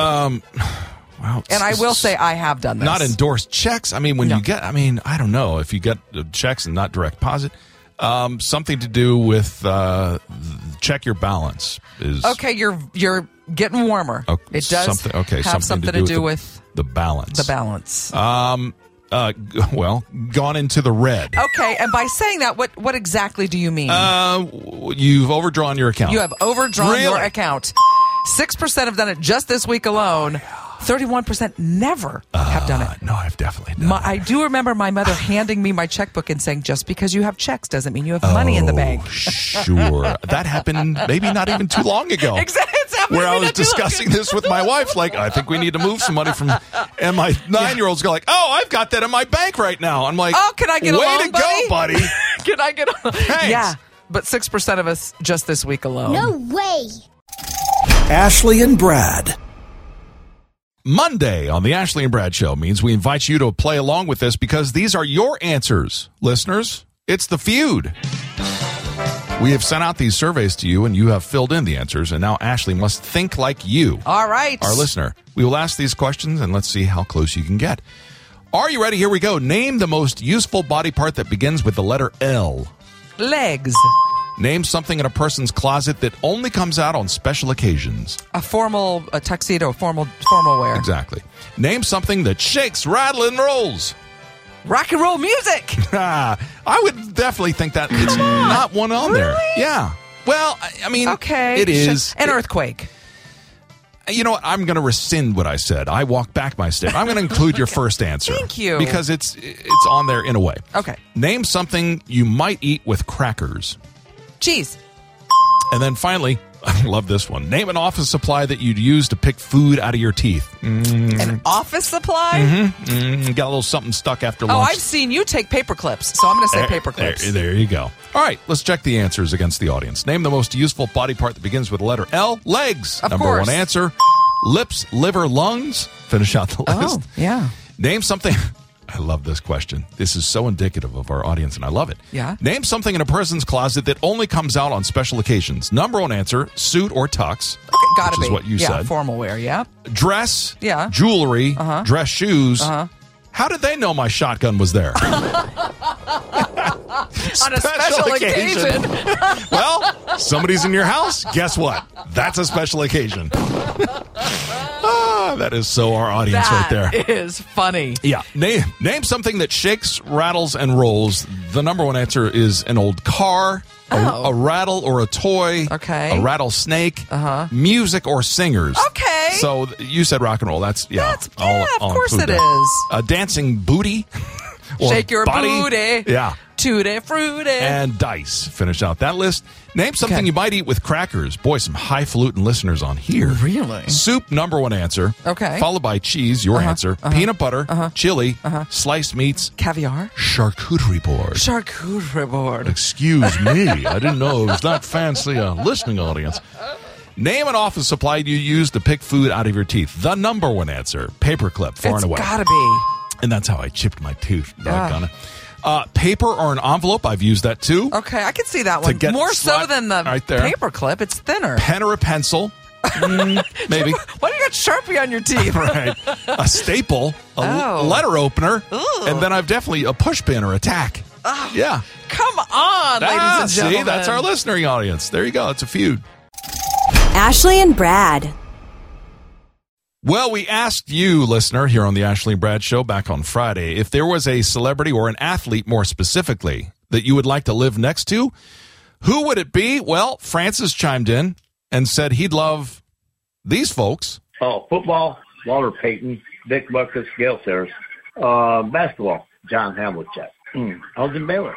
Speaker 1: wow,
Speaker 2: and I
Speaker 1: s-
Speaker 2: will
Speaker 1: s-
Speaker 2: say I have done this.
Speaker 1: not endorse checks. I mean, when
Speaker 2: No.
Speaker 1: you get, I mean, I don't know if you get uh, checks and not direct deposit. Um, something to do with uh, th- check your balance is
Speaker 2: Okay, you're you're getting warmer.
Speaker 1: o-
Speaker 2: it does
Speaker 1: Oh, Something, okay,
Speaker 2: have something, to do with,
Speaker 1: the, the balance.
Speaker 2: the balance.
Speaker 1: Um, uh, g- well, gone into the red.
Speaker 2: okay, and by saying that, what what exactly do you mean?
Speaker 1: Uh, w- you've overdrawn your account.
Speaker 2: You have overdrawn your
Speaker 1: Really?
Speaker 2: account. Six percent have done it just this week alone. Thirty-one percent never have done it.
Speaker 1: No, I've definitely done.
Speaker 2: My,
Speaker 1: that.
Speaker 2: I do remember my mother handing me my checkbook and saying, "Just because you have checks doesn't mean you have money in the
Speaker 1: Oh,
Speaker 2: bank." *laughs*
Speaker 1: sure. That happened maybe not even too long ago.
Speaker 2: *laughs* Exactly. It's happening
Speaker 1: Where I
Speaker 2: not
Speaker 1: was
Speaker 2: too long
Speaker 1: discussing
Speaker 2: ago.
Speaker 1: this with my wife, like, I think we need to move some money from. And
Speaker 2: *laughs*
Speaker 1: my nine year olds go, like, oh, I've got that in my bank right now. I'm like,
Speaker 2: Oh, can I get a
Speaker 1: Way
Speaker 2: loan,
Speaker 1: to go, buddy.
Speaker 2: *laughs* Can I get? A-
Speaker 1: Thanks.
Speaker 2: Yeah, but six percent of us just this week alone.
Speaker 4: Ashley and Brad.
Speaker 1: Monday on the Ashley and Brad Show means we invite you to play along with this because these are your answers, listeners. It's the feud. We have sent out these surveys to you, and you have filled in the answers, and now Ashley must think like you.
Speaker 2: All right.
Speaker 1: our listener. We will ask these questions and let's see how close you can get. Are you ready? Here we go. Name the most useful body part that begins with the letter L.
Speaker 2: legs.
Speaker 1: Name something in a person's closet that only comes out on special occasions.
Speaker 2: A formal a tuxedo, formal formal wear.
Speaker 1: Exactly. Name something that shakes, rattles, and rolls. *laughs*
Speaker 2: Rock and roll music.
Speaker 1: Ah, I would definitely think that it's not one on there. Yeah. Well, I- I mean,
Speaker 2: Okay.
Speaker 1: it is.
Speaker 2: An
Speaker 1: It-
Speaker 2: earthquake.
Speaker 1: You know what? I'm going to rescind what I said. I walk back my statement. I'm going to
Speaker 2: *laughs*
Speaker 1: include your first answer.
Speaker 2: Thank you.
Speaker 1: Because it's it's on there in a way.
Speaker 2: Okay.
Speaker 1: Name something you might eat with crackers.
Speaker 2: Cheese.
Speaker 1: And then finally, *laughs* I love this one. Name an office supply that you'd use to pick food out of your teeth. Mm-hmm.
Speaker 2: An office supply.
Speaker 1: Mm, got a little something stuck after
Speaker 2: Oh,
Speaker 1: lunch.
Speaker 2: I've seen you take paper clips, so I'm going to say
Speaker 1: There-
Speaker 2: paper clips.
Speaker 1: There, there you go. All right, let's check the answers against the audience. Name the most useful body part that begins with the letter L. Legs.
Speaker 2: Of
Speaker 1: Number
Speaker 2: course.
Speaker 1: one answer. Lips, liver, lungs. Finish out the list.
Speaker 2: Oh, yeah.
Speaker 1: Name something. *laughs* I love this question. This is so indicative of our audience, and I love it.
Speaker 2: Yeah.
Speaker 1: Name something in a person's closet that only comes out on special occasions. Number one answer: suit or tux.
Speaker 2: Okay, gotta
Speaker 1: which
Speaker 2: be.
Speaker 1: is what you
Speaker 2: yeah,
Speaker 1: said.
Speaker 2: Formal wear. Yeah.
Speaker 1: dress.
Speaker 2: Yeah. Uh-huh.
Speaker 1: Jewelry. Dress shoes. How did they know my shotgun was
Speaker 2: *laughs*
Speaker 1: there?
Speaker 2: On a special occasion.
Speaker 1: well, somebody's in your house. Guess what? That's a special
Speaker 2: *laughs*
Speaker 1: occasion. ah, that is so our audience
Speaker 2: That
Speaker 1: right there.
Speaker 2: is funny.
Speaker 1: Yeah. Name name something that shakes, rattles, and rolls. The number one answer is an old car, a,
Speaker 2: Oh.
Speaker 1: a rattle or a toy,
Speaker 2: Okay.
Speaker 1: a rattlesnake, uh-huh. music or singers.
Speaker 2: Okay.
Speaker 1: So th- you said rock and roll. That's yeah.
Speaker 2: That's- yeah, of course
Speaker 1: include
Speaker 2: it
Speaker 1: that.
Speaker 2: is.
Speaker 1: A dancing
Speaker 2: *laughs*
Speaker 1: booty. or
Speaker 2: Shake your
Speaker 1: body.
Speaker 2: booty.
Speaker 1: Yeah.
Speaker 2: Tutti frutti.
Speaker 1: And dice. Finish out that list. Name something
Speaker 2: Okay.
Speaker 1: you might eat with crackers. Boy, some highfalutin listeners on here.
Speaker 2: Really?
Speaker 1: Soup, number one answer.
Speaker 2: Okay. Uh-huh.
Speaker 1: Followed by cheese, your answer. Peanut butter, chili, sliced meats,
Speaker 2: Caviar.
Speaker 1: charcuterie board.
Speaker 2: Charcuterie board.
Speaker 1: Excuse me, I didn't know it was that fancy a listening audience. Name an office supply you use to pick food out of your teeth. The number one answer, paperclip, far
Speaker 2: it's Ah.
Speaker 1: and away.
Speaker 2: gotta be.
Speaker 1: and that's how I chipped my tooth. doggone it. Uh, paper or an envelope, I've used that too.
Speaker 2: Okay, I can see that one.
Speaker 1: get
Speaker 2: More so
Speaker 1: slide-
Speaker 2: than the
Speaker 1: right there.
Speaker 2: paper clip. It's thinner.
Speaker 1: Pen or a
Speaker 2: *laughs*
Speaker 1: pencil, Mm, maybe.
Speaker 2: Why do you got Sharpie on your
Speaker 1: *laughs*
Speaker 2: teeth?
Speaker 1: right. A staple, a l-
Speaker 2: Oh.
Speaker 1: letter opener, and then I've definitely a push pin or a tack. Yeah.
Speaker 2: Come on,
Speaker 1: Ah,
Speaker 2: Oh. ladies and
Speaker 1: see,
Speaker 2: gentlemen.
Speaker 1: that's our listening audience. There you go. It's a feud.
Speaker 8: Ashley and Brad.
Speaker 1: Well, we asked you, listener, here on the Ashley and Brad Show back on Friday, if there was a celebrity or an athlete more specifically that you would like to live next to, who would it be? Well, Francis chimed in and said he'd love these folks.
Speaker 3: Oh, football, Walter Payton, Dick Buckus, Gail Sayers. Uh, basketball, John Havlicek. Mm. Elgin Baylor.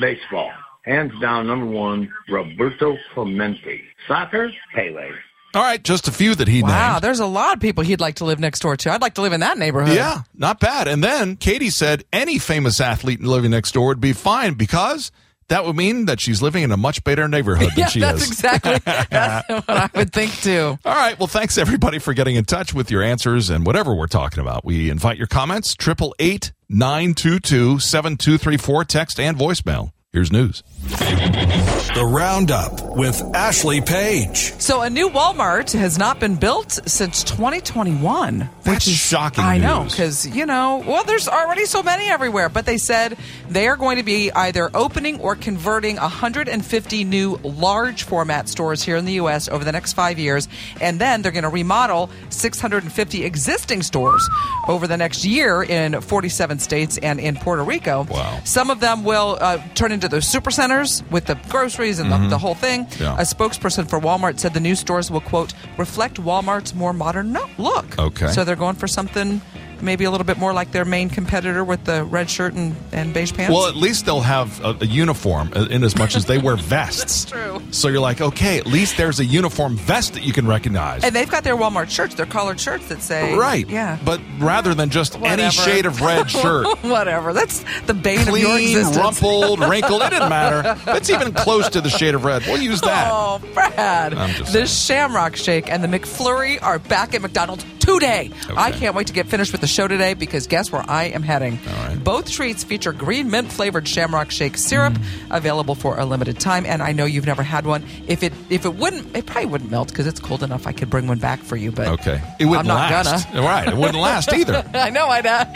Speaker 3: Baseball, hands down number one, Roberto Clemente. Soccer, Pele.
Speaker 1: All right, just a few that he
Speaker 2: Wow,
Speaker 1: named.
Speaker 2: there's a lot of people he'd like to live next door to. I'd like to live in that neighborhood.
Speaker 1: Yeah, not bad. And then Katie said any famous athlete living next door would be fine because that would mean that she's living in a much better neighborhood
Speaker 2: Yeah,
Speaker 1: than she
Speaker 2: that's
Speaker 1: is. *laughs*
Speaker 2: exactly that's what I would think too.
Speaker 1: All right. Well, thanks everybody for getting in touch with your answers and whatever we're talking about. We invite your comments. Triple eight nine two two seven two three four. Text and voicemail. Here's news.
Speaker 4: The Roundup with Ashley Page.
Speaker 2: So a new Walmart has not been built since 2021,
Speaker 1: That's
Speaker 2: which is
Speaker 1: shocking
Speaker 2: I know
Speaker 1: news.
Speaker 2: because you know, well, there's already so many everywhere. But they said they are going to be either opening or converting 150 new large format stores here in the U.S. over the next five years, and then they're going to remodel 650 existing stores over the next year in 47 states and in Puerto Rico.
Speaker 1: Wow.
Speaker 2: Some of them will uh, turn into those super centers with the groceries and the, the whole thing.
Speaker 1: Mm-hmm. Yeah.
Speaker 2: A spokesperson for Walmart said the new stores will, quote, reflect Walmart's more modern no- look.
Speaker 1: Okay.
Speaker 2: So they're going for something maybe a little bit more like their main competitor with the red shirt and, and beige pants.
Speaker 1: Well, at least they'll have a, a uniform uh, in as much as they
Speaker 2: *laughs*
Speaker 1: wear vests.
Speaker 2: true.
Speaker 1: So you're like, okay, at least there's a uniform vest that you can recognize.
Speaker 2: and they've got their Walmart shirts, their collared shirts that say.
Speaker 1: right.
Speaker 2: Yeah.
Speaker 1: But rather than just any
Speaker 2: Whatever.
Speaker 1: shade of
Speaker 2: *laughs*
Speaker 1: red shirt.
Speaker 2: Whatever. That's the bane of your
Speaker 1: Clean,
Speaker 2: existence.
Speaker 1: rumpled, wrinkled, it didn't matter. If it's even close to the shade of red, we'll use that.
Speaker 2: Oh, Brad.
Speaker 1: I'm just
Speaker 2: The Shamrock Shake and the McFlurry are back at McDonald's today. I can't wait to get finished with the show today because guess where I am heading? Both treats feature green mint flavored Shamrock Shake syrup
Speaker 1: Mm.
Speaker 2: available for a limited time and I know you've never had one. If it if it wouldn't it probably wouldn't melt cuz it's cold enough I could bring one back for you but
Speaker 1: Okay. It wouldn't
Speaker 2: I'm not
Speaker 1: last.
Speaker 2: gonna.
Speaker 1: Right. It wouldn't
Speaker 2: *laughs*
Speaker 1: last either.
Speaker 2: I know, I know. *laughs*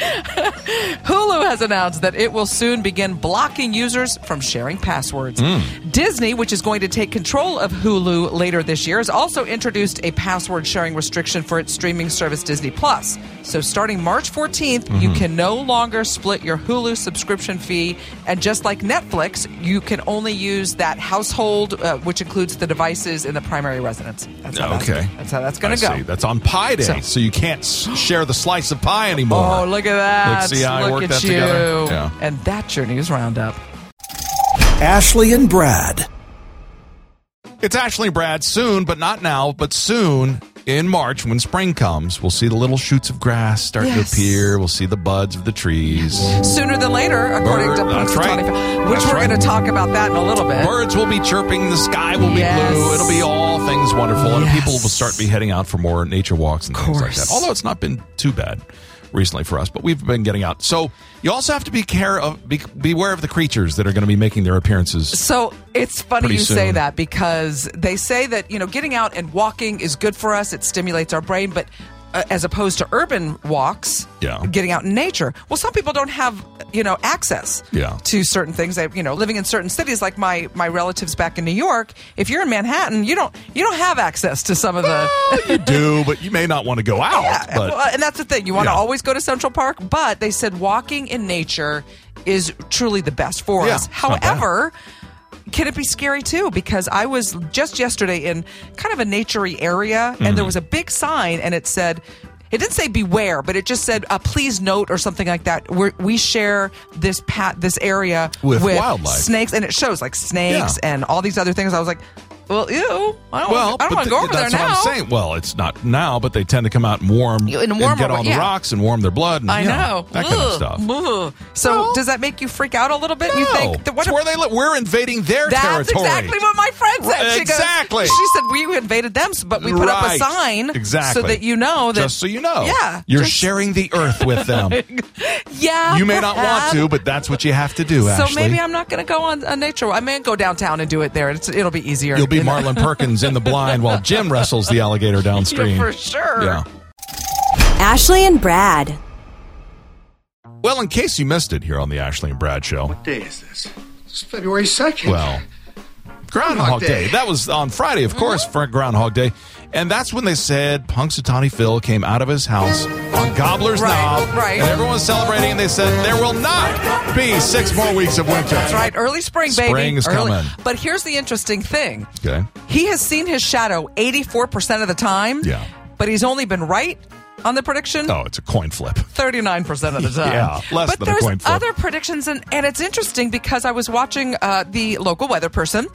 Speaker 2: Hulu has announced that it will soon begin blocking users from sharing passwords.
Speaker 1: Hmm.
Speaker 2: Disney, which is going to take control of Hulu later this year, has also introduced a password sharing restriction for its streaming service Disney Plus. So starting March 14th, you
Speaker 1: Mm-hmm.
Speaker 2: can no longer split your Hulu subscription fee, and just like Netflix, you can only use that household, uh, which includes the devices in the primary residence. That's how
Speaker 1: Okay.
Speaker 2: That's, that's how that's going to
Speaker 1: I
Speaker 2: go.
Speaker 1: see. That's on Pie Day, so,
Speaker 2: So-
Speaker 1: you can't s- share the slice of pie anymore.
Speaker 2: Oh, look at that.
Speaker 1: Let's see how I
Speaker 2: look
Speaker 1: worked
Speaker 2: at
Speaker 1: that
Speaker 2: you.
Speaker 1: together. Yeah.
Speaker 2: And that's your news roundup.
Speaker 4: Ashley and Brad.
Speaker 1: It's Ashley and Brad soon, but not now, but soon in March when spring comes. We'll see the little shoots of grass start
Speaker 2: Yes.
Speaker 1: to appear. We'll see the buds of the trees.
Speaker 2: Sooner than later, according to
Speaker 1: That's
Speaker 2: Princeton
Speaker 1: right.
Speaker 2: 25, which
Speaker 1: That's
Speaker 2: we're
Speaker 1: right.
Speaker 2: going to talk about that in a little bit.
Speaker 1: Birds will be chirping. The sky will be
Speaker 2: Yes.
Speaker 1: blue. It'll be all things wonderful. And
Speaker 2: Yes.
Speaker 1: people will start be heading out for more nature walks and things like
Speaker 2: course.
Speaker 1: that. Although it's not been too bad recently for us, but we've been getting out. So you also have to be care of be, beware of the creatures that are going to be making their appearances.
Speaker 2: So it's funny
Speaker 1: Pretty
Speaker 2: you say
Speaker 1: soon.
Speaker 2: that because they say that you know getting out and walking is good for us. It stimulates our brain, but uh, as opposed to urban walks,
Speaker 1: Yeah.
Speaker 2: getting out in nature. Well, some people don't have you know access
Speaker 1: Yeah.
Speaker 2: to certain things. They, you know, living in certain cities, like my my relatives back in New York. If you're in Manhattan, you don't you don't have access to some of the.
Speaker 1: *laughs* you do, but you may not want to go out.
Speaker 2: Yeah,
Speaker 1: but
Speaker 2: well, and that's the thing. You want
Speaker 1: Yeah.
Speaker 2: to always go to Central Park, but they said walking in nature is truly the best for
Speaker 1: Yeah,
Speaker 2: us.
Speaker 1: it's not bad.
Speaker 2: However, can it be scary too? Because I was just yesterday in kind of a naturey area, and
Speaker 1: Mm-hmm.
Speaker 2: there was a big sign, and it said. It didn't say beware, but it just said uh, please note or something like that. We're, we share this pat this area
Speaker 1: With wildlife.
Speaker 2: snakes, and it shows like snakes
Speaker 1: Yeah.
Speaker 2: and all these other things. I was like, well, ew, I don't
Speaker 1: Well,
Speaker 2: want to
Speaker 1: but
Speaker 2: go over there
Speaker 1: that's
Speaker 2: now.
Speaker 1: what I'm saying. Well, it's not now, but they tend to come out and warm
Speaker 2: In
Speaker 1: and
Speaker 2: warmer
Speaker 1: get on
Speaker 2: wea-
Speaker 1: the
Speaker 2: yeah.
Speaker 1: rocks and warm their blood. And,
Speaker 2: I
Speaker 1: you
Speaker 2: know
Speaker 1: that kind of
Speaker 2: Ugh.
Speaker 1: stuff.
Speaker 2: Ugh. So does that make you freak out a little bit? You
Speaker 1: No,
Speaker 2: think that what
Speaker 1: it's
Speaker 2: if-
Speaker 1: where they live. We're invading their
Speaker 2: that's
Speaker 1: territory.
Speaker 2: exactly what my friend said. She goes-
Speaker 1: Exactly.
Speaker 2: she said we invaded them, but we put up a
Speaker 1: Right.
Speaker 2: sign
Speaker 1: exactly
Speaker 2: so that you know that.
Speaker 1: just so you know
Speaker 2: Yeah,
Speaker 1: you're
Speaker 2: just-
Speaker 1: sharing the earth with
Speaker 2: *laughs*
Speaker 1: them
Speaker 2: Yeah,
Speaker 1: you may not want
Speaker 2: perhaps.
Speaker 1: to but that's what you have to do
Speaker 2: So
Speaker 1: Ashley.
Speaker 2: maybe I'm not going to go on a nature. walk. I may go downtown and do it there. It's, it'll be easier.
Speaker 1: you'll be
Speaker 2: you know?
Speaker 1: marlon perkins in the blind while jim wrestles the
Speaker 2: *laughs*
Speaker 1: alligator downstream
Speaker 2: Yeah, for sure.
Speaker 1: yeah
Speaker 8: Ashley and Brad.
Speaker 1: well in case you missed it here on the ashley and brad show
Speaker 9: What day is this? It's February 2nd.
Speaker 1: well groundhog
Speaker 9: Groundhog
Speaker 1: day
Speaker 9: Day.
Speaker 1: that was on friday
Speaker 2: Mm-hmm.
Speaker 1: of course for groundhog day and that's when they said punxsutawney phil came out of his house on gobbler's
Speaker 2: Right,
Speaker 1: knob
Speaker 2: right.
Speaker 1: and everyone was celebrating and they said there will not be six more weeks of winter
Speaker 2: That's right. Early spring, baby.
Speaker 1: Spring's
Speaker 2: Early-
Speaker 1: coming.
Speaker 2: But here's the interesting thing.
Speaker 1: okay
Speaker 2: He has seen his shadow 84% of the time.
Speaker 1: Yeah.
Speaker 2: But he's only been right on the prediction.
Speaker 1: oh it's a coin flip
Speaker 2: 39% of the time.
Speaker 1: Yeah, less
Speaker 2: but
Speaker 1: than a
Speaker 2: there's
Speaker 1: coin flip.
Speaker 2: other predictions, and, and it's
Speaker 1: Uh-huh.
Speaker 2: interesting because I was watching uh, the local weather person,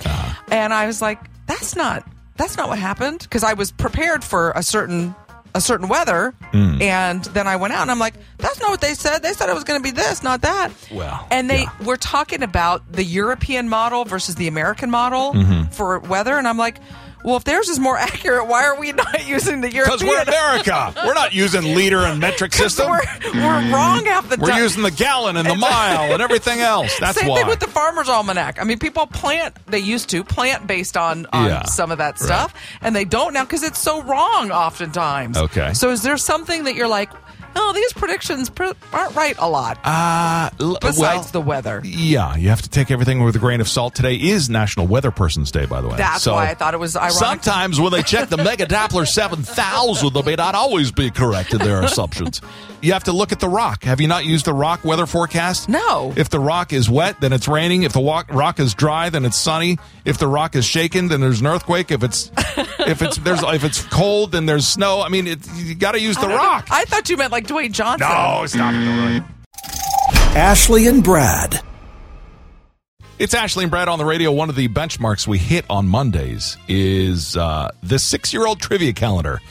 Speaker 2: and I was like, that's not that's not what happened because I was prepared for a certain a certain weather,
Speaker 1: Mm.
Speaker 2: and then I went out and I'm like, that's not what they said. They said it was going to be this, not that.
Speaker 1: Well,
Speaker 2: and they
Speaker 1: yeah.
Speaker 2: were talking about the European model versus the American model
Speaker 1: Mm-hmm.
Speaker 2: for weather, and I'm like. Well, if theirs is more *laughs* accurate, why are we not *laughs* using the European?
Speaker 1: Because we're America. We're not using liter and metric system.
Speaker 2: *laughs* We're, we're wrong half the time.
Speaker 1: We're using the gallon and the mile and everything else. That's
Speaker 2: Same
Speaker 1: why.
Speaker 2: thing with the farmer's almanac. I mean, people plant, they used to plant based on, on
Speaker 1: Yeah.
Speaker 2: some of that stuff, and they don't now because it's so wrong oftentimes.
Speaker 1: Okay.
Speaker 2: So is there something that you're like, oh, these predictions pr- aren't right a lot
Speaker 1: uh, l-
Speaker 2: besides
Speaker 1: well,
Speaker 2: the weather?
Speaker 1: Yeah, you have to take everything with a grain of salt. Today is National Weather Person's Day, by the way.
Speaker 2: That's why I thought it was ironic.
Speaker 1: Sometimes when they check the Mega Doppler 7000, they may not always be correct in their assumptions. You have to look at the rock. Have you not used the rock weather forecast?
Speaker 2: No.
Speaker 1: If the rock is wet, then it's raining. If the walk, rock is dry, then it's sunny. If the rock is shaken, then there's an earthquake. If it's if it's there's if it's cold, then there's snow. I mean, it, you got to use the rock.
Speaker 2: I thought you meant like Dwayne Johnson.
Speaker 1: no, stop it.
Speaker 4: Ashley and Brad.
Speaker 1: It's Ashley and Brad on the radio. One of the benchmarks we hit on Mondays is uh, the six year old trivia calendar.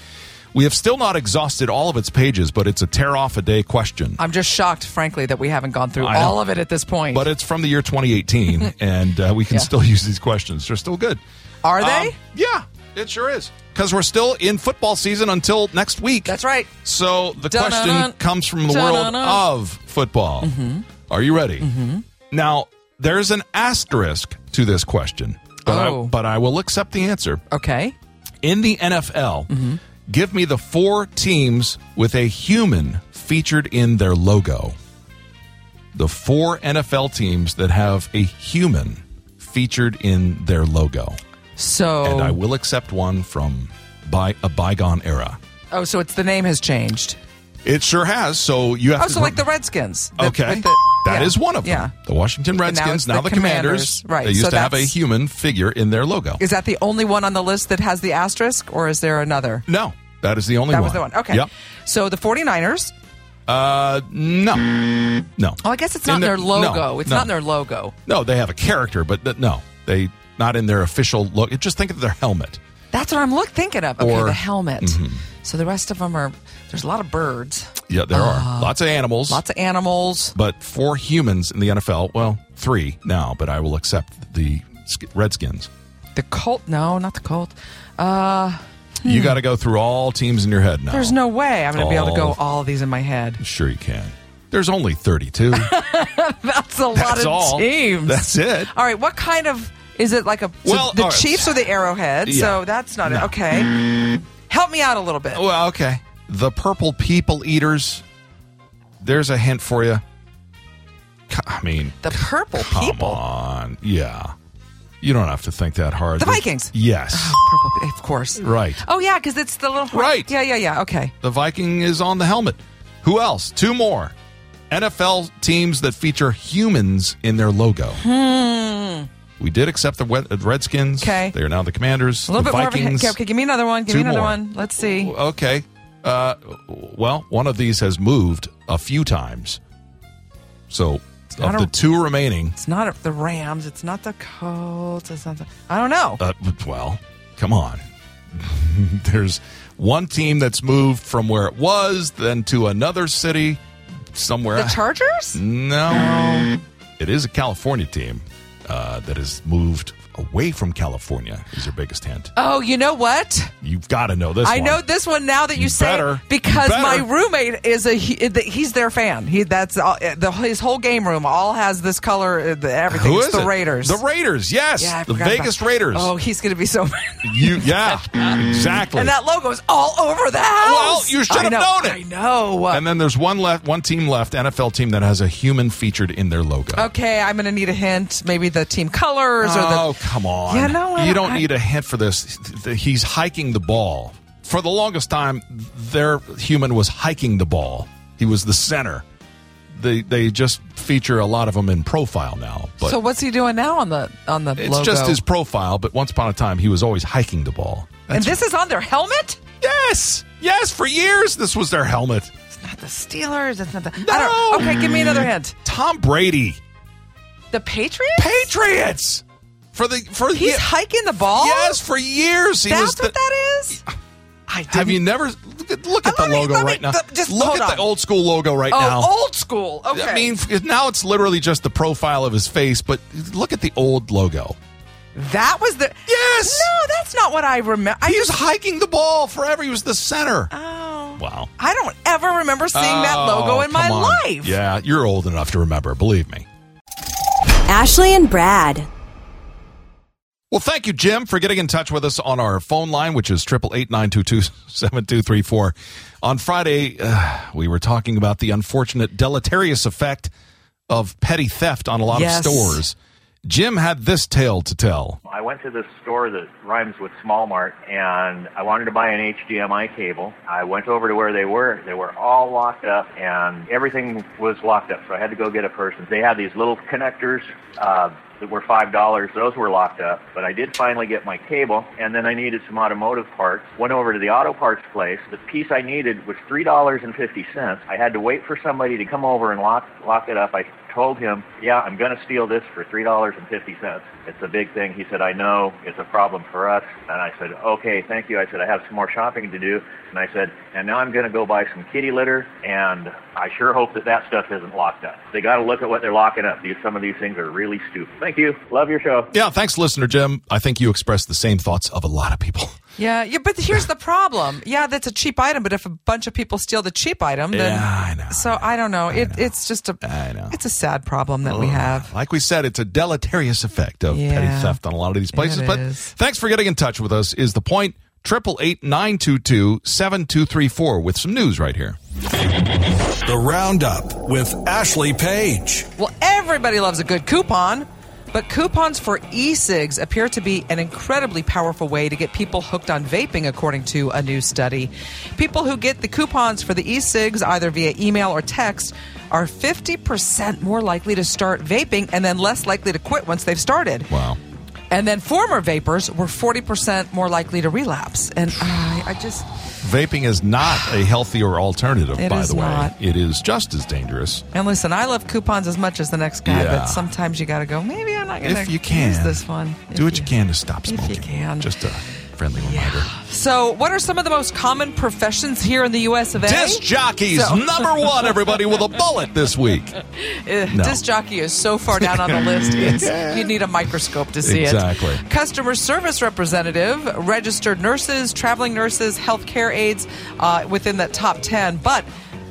Speaker 1: We have still not exhausted all of its pages, but it's a tear off a day question.
Speaker 2: I'm just shocked, frankly, that we haven't gone through
Speaker 1: I know.
Speaker 2: all of it at this point.
Speaker 1: But it's from the year *laughs* 2018, and uh, we can still use these questions. They're still good.
Speaker 2: Are they?
Speaker 1: Um, yeah, it sure is. Because we're still in football season until next week.
Speaker 2: That's right.
Speaker 1: So the
Speaker 2: Dun-dun-dun.
Speaker 1: question comes from the world
Speaker 2: Dun-dun-dun.
Speaker 1: of football.
Speaker 2: Mm-hmm.
Speaker 1: Are you ready? Now, there's an asterisk to this question, but,
Speaker 2: Oh.
Speaker 1: I, but I will accept the answer.
Speaker 2: okay.
Speaker 1: In the NFL,
Speaker 2: Mm-hmm.
Speaker 1: give me the four teams with a human featured in their logo. The four NFL teams that have a human featured in their logo.
Speaker 2: So,
Speaker 1: And I will accept one from by a bygone era.
Speaker 2: oh, so it's the name has changed.
Speaker 1: It sure has. So you have
Speaker 2: Oh,
Speaker 1: to
Speaker 2: so like the Redskins. The-
Speaker 1: okay, that
Speaker 2: with
Speaker 1: is
Speaker 2: the- yeah.
Speaker 1: one of them.
Speaker 2: Yeah.
Speaker 1: The Washington
Speaker 2: And now
Speaker 1: Redskins,
Speaker 2: it's
Speaker 1: now,
Speaker 2: the
Speaker 1: the, Commanders.
Speaker 2: Commanders. Right,
Speaker 1: They used
Speaker 2: so
Speaker 1: to have a
Speaker 2: that's-
Speaker 1: human figure in their logo.
Speaker 2: Is that the only one on the list that has the asterisk, or is there another?
Speaker 1: no, that is the only
Speaker 2: that
Speaker 1: one.
Speaker 2: was the one. Okay.
Speaker 1: Yep.
Speaker 2: So the 49ers.
Speaker 1: Uh, no, no.
Speaker 2: Oh, I guess it's
Speaker 1: In
Speaker 2: not in their,
Speaker 1: no,
Speaker 2: logo. it's
Speaker 1: no.
Speaker 2: not in their logo.
Speaker 1: No, they have a character, but th- no, they not in their official look. Just think of their helmet.
Speaker 2: That's what I'm look thinking of. Okay,
Speaker 1: Or- Mm-hmm.
Speaker 2: the helmet. So the rest of them are. There's a lot of birds,
Speaker 1: Yeah, there are lots of animals,
Speaker 2: Ah. lots of animals.
Speaker 1: but four humans in the NFL. Well, three now, but I will accept the Sk- Redskins.
Speaker 2: The Colt. No, not the Colt. Uh,
Speaker 1: You got to go through all teams in your head now.
Speaker 2: There's no way I'm going to be able to go
Speaker 1: All-
Speaker 2: all of these in my head. *laughs*
Speaker 1: Sure, you can. There's only 32.
Speaker 2: That's a lot
Speaker 1: That's
Speaker 2: of
Speaker 1: all.
Speaker 2: teams.
Speaker 1: That's it.
Speaker 2: All right. What kind of is it like a? so
Speaker 1: Well,
Speaker 2: the
Speaker 1: all right.
Speaker 2: Chiefs or the Arrowhead.
Speaker 1: Yeah.
Speaker 2: So that's not it. Okay. Help me out a little bit.
Speaker 1: Well, okay. The purple people eaters. There's a hint for you. C- I mean,
Speaker 2: The purple
Speaker 1: come
Speaker 2: people.
Speaker 1: on. Yeah. You don't have to think that hard.
Speaker 2: The Vikings. *sighs*
Speaker 1: Yes.
Speaker 2: Purple, of course.
Speaker 1: right.
Speaker 2: Oh yeah, because it's the little horn.
Speaker 1: Right.
Speaker 2: Yeah, yeah, yeah. Okay.
Speaker 1: The Viking is on the helmet. Who else? Two more. NFL teams that feature humans in their logo. We did accept the Wed- the Redskins.
Speaker 2: Hmm. Okay.
Speaker 1: They are now the Commanders.
Speaker 2: A little
Speaker 1: the
Speaker 2: bit more of a
Speaker 1: Vikings.
Speaker 2: okay, okay, give me another one. Give
Speaker 1: Two
Speaker 2: me another
Speaker 1: more.
Speaker 2: one. Let's see.
Speaker 1: Okay. Uh, well, one of these has moved a few times. So,
Speaker 2: not
Speaker 1: of
Speaker 2: a-
Speaker 1: the two remaining,
Speaker 2: It's not the Rams. It's not the Colts. It's not the. I don't know.
Speaker 1: uh, well, come on. *laughs* There's one team that's moved from where it was, then to another city, somewhere.
Speaker 2: the Chargers.
Speaker 1: no. It is a California team uh, that has moved away from California, is your biggest hint.
Speaker 2: Oh, you know what?
Speaker 1: You've got to know this
Speaker 2: I
Speaker 1: one.
Speaker 2: know this one now that you,
Speaker 1: You
Speaker 2: say it,
Speaker 1: better.
Speaker 2: because
Speaker 1: You better.
Speaker 2: my roommate is a he, the- he's their fan. He that's all, eh, the his whole game room all has this color. uh, The, everything.
Speaker 1: Who
Speaker 2: It's
Speaker 1: is
Speaker 2: the
Speaker 1: it?
Speaker 2: Raiders.
Speaker 1: The Raiders, yes.
Speaker 2: Yeah, I
Speaker 1: the
Speaker 2: forgot about-
Speaker 1: Vegas Raiders.
Speaker 2: Oh, he's gonna be so. *laughs* mad.
Speaker 1: You, yeah, exactly.
Speaker 2: *laughs* and that logo is all over the house.
Speaker 1: you should
Speaker 2: I
Speaker 1: have
Speaker 2: know,
Speaker 1: known it.
Speaker 2: I know.
Speaker 1: and then there's one left, one team left, NFL team that has a human featured in their logo.
Speaker 2: Okay, I'm going to need a hint. Maybe the team colors or the.
Speaker 1: Oh, come on!
Speaker 2: Yeah, no, I-
Speaker 1: you don't
Speaker 2: I-
Speaker 1: need a hint for this. Th- th- He's hiking the ball. For the longest time, their human was hiking the ball. He was the center. They they just feature a lot of them in profile now, but
Speaker 2: so what's he doing now on the on the
Speaker 1: it's
Speaker 2: logo?
Speaker 1: just his profile. But once upon a time, he was always hiking the ball.
Speaker 2: and this is on their helmet.
Speaker 1: yes, yes. For years, this was their helmet.
Speaker 2: It's not the Steelers. It's not the.
Speaker 1: No!
Speaker 2: I don't, okay, give me another hint.
Speaker 1: Tom Brady,
Speaker 2: The Patriots.
Speaker 1: Patriots. for the for
Speaker 2: He's
Speaker 1: the,
Speaker 2: hiking the ball.
Speaker 1: Yes, for years he was.
Speaker 2: that's
Speaker 1: the-
Speaker 2: what that is. I didn't-
Speaker 1: Have you never look at, look at the
Speaker 2: Let me-
Speaker 1: logo
Speaker 2: let me-
Speaker 1: right now?
Speaker 2: th- just
Speaker 1: look
Speaker 2: hold
Speaker 1: at
Speaker 2: on.
Speaker 1: the old school logo right
Speaker 2: Oh,
Speaker 1: now.
Speaker 2: old school. Okay.
Speaker 1: I mean, f- now it's literally just the profile of his face, but look at the old logo.
Speaker 2: that was the.
Speaker 1: Yes!
Speaker 2: No, that's not what I remember. I
Speaker 1: He was
Speaker 2: just.
Speaker 1: hiking the ball forever. He was the center.
Speaker 2: Oh.
Speaker 1: Wow.
Speaker 2: I don't ever remember seeing that logo
Speaker 1: Oh,
Speaker 2: in my
Speaker 1: come on.
Speaker 2: life.
Speaker 1: Yeah, you're old enough to remember, believe me.
Speaker 8: Ashley and Brad.
Speaker 1: Well, thank you, Jim, for getting in touch with us on our phone line, which is 888-922-7234. On Friday, uh, we were talking about the unfortunate deleterious effect of petty theft on a lot
Speaker 2: Yes.
Speaker 1: of stores. Jim had this tale to tell.
Speaker 10: I went to this store that rhymes with Small Mart, and I wanted to buy an HDMI cable. I went over to where they were. They were all locked up, and everything was locked up. So I had to go get a person. They had these little connectors uh, that were five dollars. Those were locked up, but I did finally get my cable, and then I needed some automotive parts. Went over to the auto parts place. The piece I needed was three dollars and fifty cents. I had to wait for somebody to come over and lock lock it up. I told him, "Yeah, I'm going to steal this for three dollars and fifty cents. It's a big thing." He said, "I know. It's a problem for us." And I said, "Okay, thank you." I said, "I have some more shopping to do." And I said, "And now I'm going to go buy some kitty litter, and I sure hope that that stuff isn't locked up. They got to look at what they're locking up. These some of these things are really stupid." Thank you. Love your show.
Speaker 1: Yeah, thanks, listener Jim. I think you expressed the same thoughts of a lot of
Speaker 2: *laughs*
Speaker 1: people.
Speaker 2: Yeah, yeah, but here's the problem. Yeah, that's a cheap item, but if a bunch of people steal the cheap item, then
Speaker 1: Yeah, I know.
Speaker 2: So I don't know. It, It's just a.
Speaker 1: I know.
Speaker 2: It's a sad problem that we have.
Speaker 1: Like we said, it's a deleterious effect of
Speaker 2: Yeah.
Speaker 1: petty theft on a lot of these places.
Speaker 2: It
Speaker 1: But
Speaker 2: is.
Speaker 1: thanks for getting in touch with us. Is the point triple eight nine two two seven two three four with some news right here.
Speaker 4: The Roundup with Ashley Page.
Speaker 2: Well, everybody loves a good coupon, but coupons for e cigs appear to be an incredibly powerful way to get people hooked on vaping, according to a new study. People who get the coupons for the e cigs, either via email or text, are 50% more likely to start vaping and then less likely to quit once they've started.
Speaker 1: Wow.
Speaker 2: And then former vapors were 40% more likely to relapse. And I, I just,
Speaker 1: Vaping is not a healthier alternative,
Speaker 2: It
Speaker 1: by
Speaker 2: is
Speaker 1: the way.
Speaker 2: not.
Speaker 1: It is just as dangerous.
Speaker 2: and listen, I love coupons as much as the next guy,
Speaker 1: Yeah.
Speaker 2: but sometimes you got to go, maybe I'm not going to
Speaker 1: If you can,
Speaker 2: use this one.
Speaker 1: do
Speaker 2: If
Speaker 1: what you, can to stop
Speaker 2: if you
Speaker 1: smoking.
Speaker 2: can.
Speaker 1: Just a friendly reminder.
Speaker 2: So, what are some of the most common professions here in the U.S. of A?
Speaker 1: Disc jockeys,
Speaker 2: So-
Speaker 1: number one, everybody, with a bullet this week.
Speaker 2: Uh,
Speaker 1: No.
Speaker 2: Disc jockey is so far
Speaker 1: *laughs*
Speaker 2: down on the list. It's, you need a microscope to see it.
Speaker 1: Exactly.
Speaker 2: Customer service representative, registered nurses, traveling nurses, healthcare aides, uh, within that top ten, but.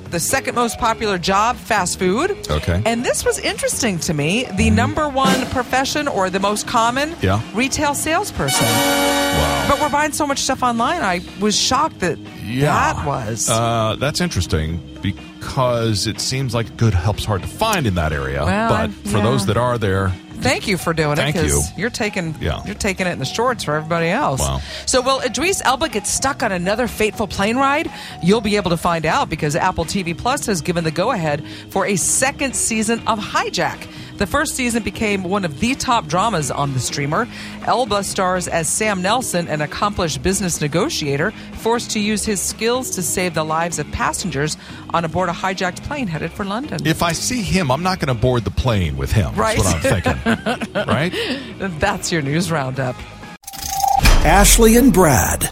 Speaker 2: The second most popular job, fast food.
Speaker 1: Okay. Mm.
Speaker 2: And this was interesting to me. The number one profession or the most common
Speaker 1: Yeah.
Speaker 2: retail salesperson.
Speaker 1: Wow.
Speaker 2: But we're buying so much stuff online, I was shocked that that was.
Speaker 1: Uh, that's interesting because it seems like good help's hard to find in that area.
Speaker 2: Well,
Speaker 1: but
Speaker 2: I've-
Speaker 1: for
Speaker 2: yeah.
Speaker 1: those that are there,
Speaker 2: Thank you for doing
Speaker 1: Thank
Speaker 2: it. 'cause
Speaker 1: you.
Speaker 2: You're taking
Speaker 1: Yeah.
Speaker 2: you're taking it in the shorts for everybody else.
Speaker 1: Wow.
Speaker 2: So will Idris Elba get stuck on another fateful plane ride? You'll be able to find out because Apple TV Plus has given the go ahead for a second season of Hijack. The first season became one of the top dramas on the streamer. Elba stars as Sam Nelson, an accomplished business negotiator forced to use his skills to save the lives of passengers on aboard a hijacked plane headed for London.
Speaker 1: if I see him, I'm not going to board the plane with him.
Speaker 2: Right.
Speaker 1: That's what I'm
Speaker 2: *laughs*
Speaker 1: thinking. right?
Speaker 2: That's your news roundup.
Speaker 4: Ashley and Brad.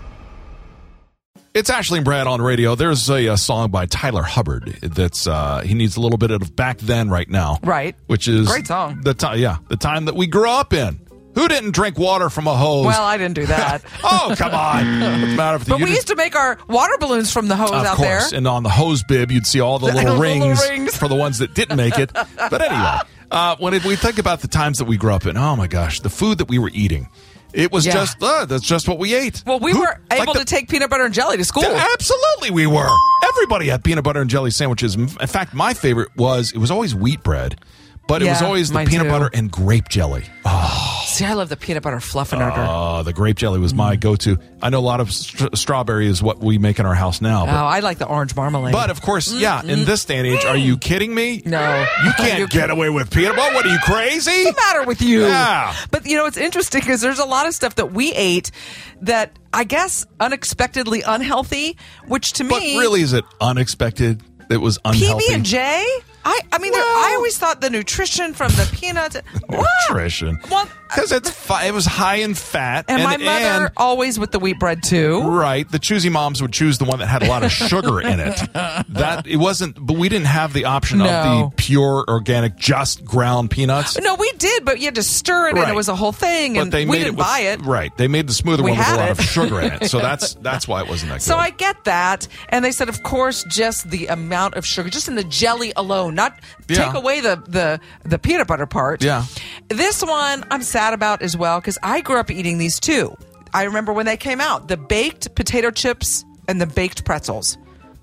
Speaker 1: It's Ashley and Brad on radio. There's a, a song by Tyler Hubbard that's uh, he needs a little bit of back then right now.
Speaker 2: Right.
Speaker 1: Which is
Speaker 2: Great song.
Speaker 1: The time, yeah, the time that we grew up in. Who didn't drink water from a hose?
Speaker 2: Well, I didn't
Speaker 1: *laughs*
Speaker 2: do that.
Speaker 1: oh come on! What's the matter with you?
Speaker 2: But
Speaker 1: You
Speaker 2: we
Speaker 1: didn't-
Speaker 2: used to make our water balloons from the hose
Speaker 1: Of
Speaker 2: out
Speaker 1: course.
Speaker 2: there.
Speaker 1: And on the hose bib, you'd see
Speaker 2: *laughs*
Speaker 1: all the little
Speaker 2: Little
Speaker 1: rings,
Speaker 2: rings.
Speaker 1: for the ones that didn't make it. But
Speaker 2: *laughs*
Speaker 1: anyway, uh, when we think about the times that we grew up in, oh my gosh, the food that we were eating, it was
Speaker 2: Yeah.
Speaker 1: just uh, that's just what we ate.
Speaker 2: Well, we
Speaker 1: Who-
Speaker 2: were
Speaker 1: like
Speaker 2: able
Speaker 1: the-
Speaker 2: to take peanut butter and jelly to school.
Speaker 1: Absolutely, we were. Everybody had peanut butter and jelly sandwiches. In fact, my favorite was it was always wheat bread, but it was
Speaker 2: Yeah,
Speaker 1: always the
Speaker 2: mine
Speaker 1: peanut
Speaker 2: too.
Speaker 1: butter and grape jelly.
Speaker 2: See, I love the peanut butter fluffernutter. Oh,
Speaker 1: Uh, the grape jelly was
Speaker 2: Mm.
Speaker 1: my go-to. I know a lot of st- strawberry is what we make in our house now, but
Speaker 2: Oh, I like the orange marmalade.
Speaker 1: But of course, yeah, in this day and age, are you kidding me?
Speaker 2: Mm, No.
Speaker 1: You can't
Speaker 2: You're-
Speaker 1: get away with peanut butter. What are you crazy?
Speaker 2: What's the matter with you?
Speaker 1: Yeah.
Speaker 2: But you know, it's interesting because there's a lot of stuff that we ate that I guess unexpectedly unhealthy, which to
Speaker 1: But
Speaker 2: me
Speaker 1: really, is it unexpected? It was
Speaker 2: PB
Speaker 1: unhealthy.
Speaker 2: and J. I, I mean, there-
Speaker 1: Well- *laughs*
Speaker 2: I always thought the nutrition from the peanuts. What?
Speaker 1: Nutrition.
Speaker 2: Well,
Speaker 1: Because it's fi- it was high in fat,
Speaker 2: And, my mother
Speaker 1: and-
Speaker 2: always with the wheat bread too.
Speaker 1: Right. The choosy moms would choose the one that had a lot of sugar in
Speaker 2: *laughs*
Speaker 1: it. That it wasn't, but we didn't have the option
Speaker 2: No.
Speaker 1: of the pure organic, just ground peanuts.
Speaker 2: No, we did, but you had to stir it, and
Speaker 1: Right.
Speaker 2: it was a whole thing, and
Speaker 1: but they
Speaker 2: we
Speaker 1: made
Speaker 2: didn't
Speaker 1: it with,
Speaker 2: buy it.
Speaker 1: Right. They made the smoother
Speaker 2: We
Speaker 1: one with a
Speaker 2: had
Speaker 1: lot
Speaker 2: it.
Speaker 1: of sugar in it. So
Speaker 2: *laughs*
Speaker 1: that's that's why it wasn't that good.
Speaker 2: So I get that. And they said, of course, just the amount of sugar, just in the jelly alone, not
Speaker 1: Yeah.
Speaker 2: take away the, the, the peanut butter part.
Speaker 1: Yeah.
Speaker 2: This one I'm sad about as well because I grew up eating these too. I remember when they came out the baked potato chips and the baked pretzels.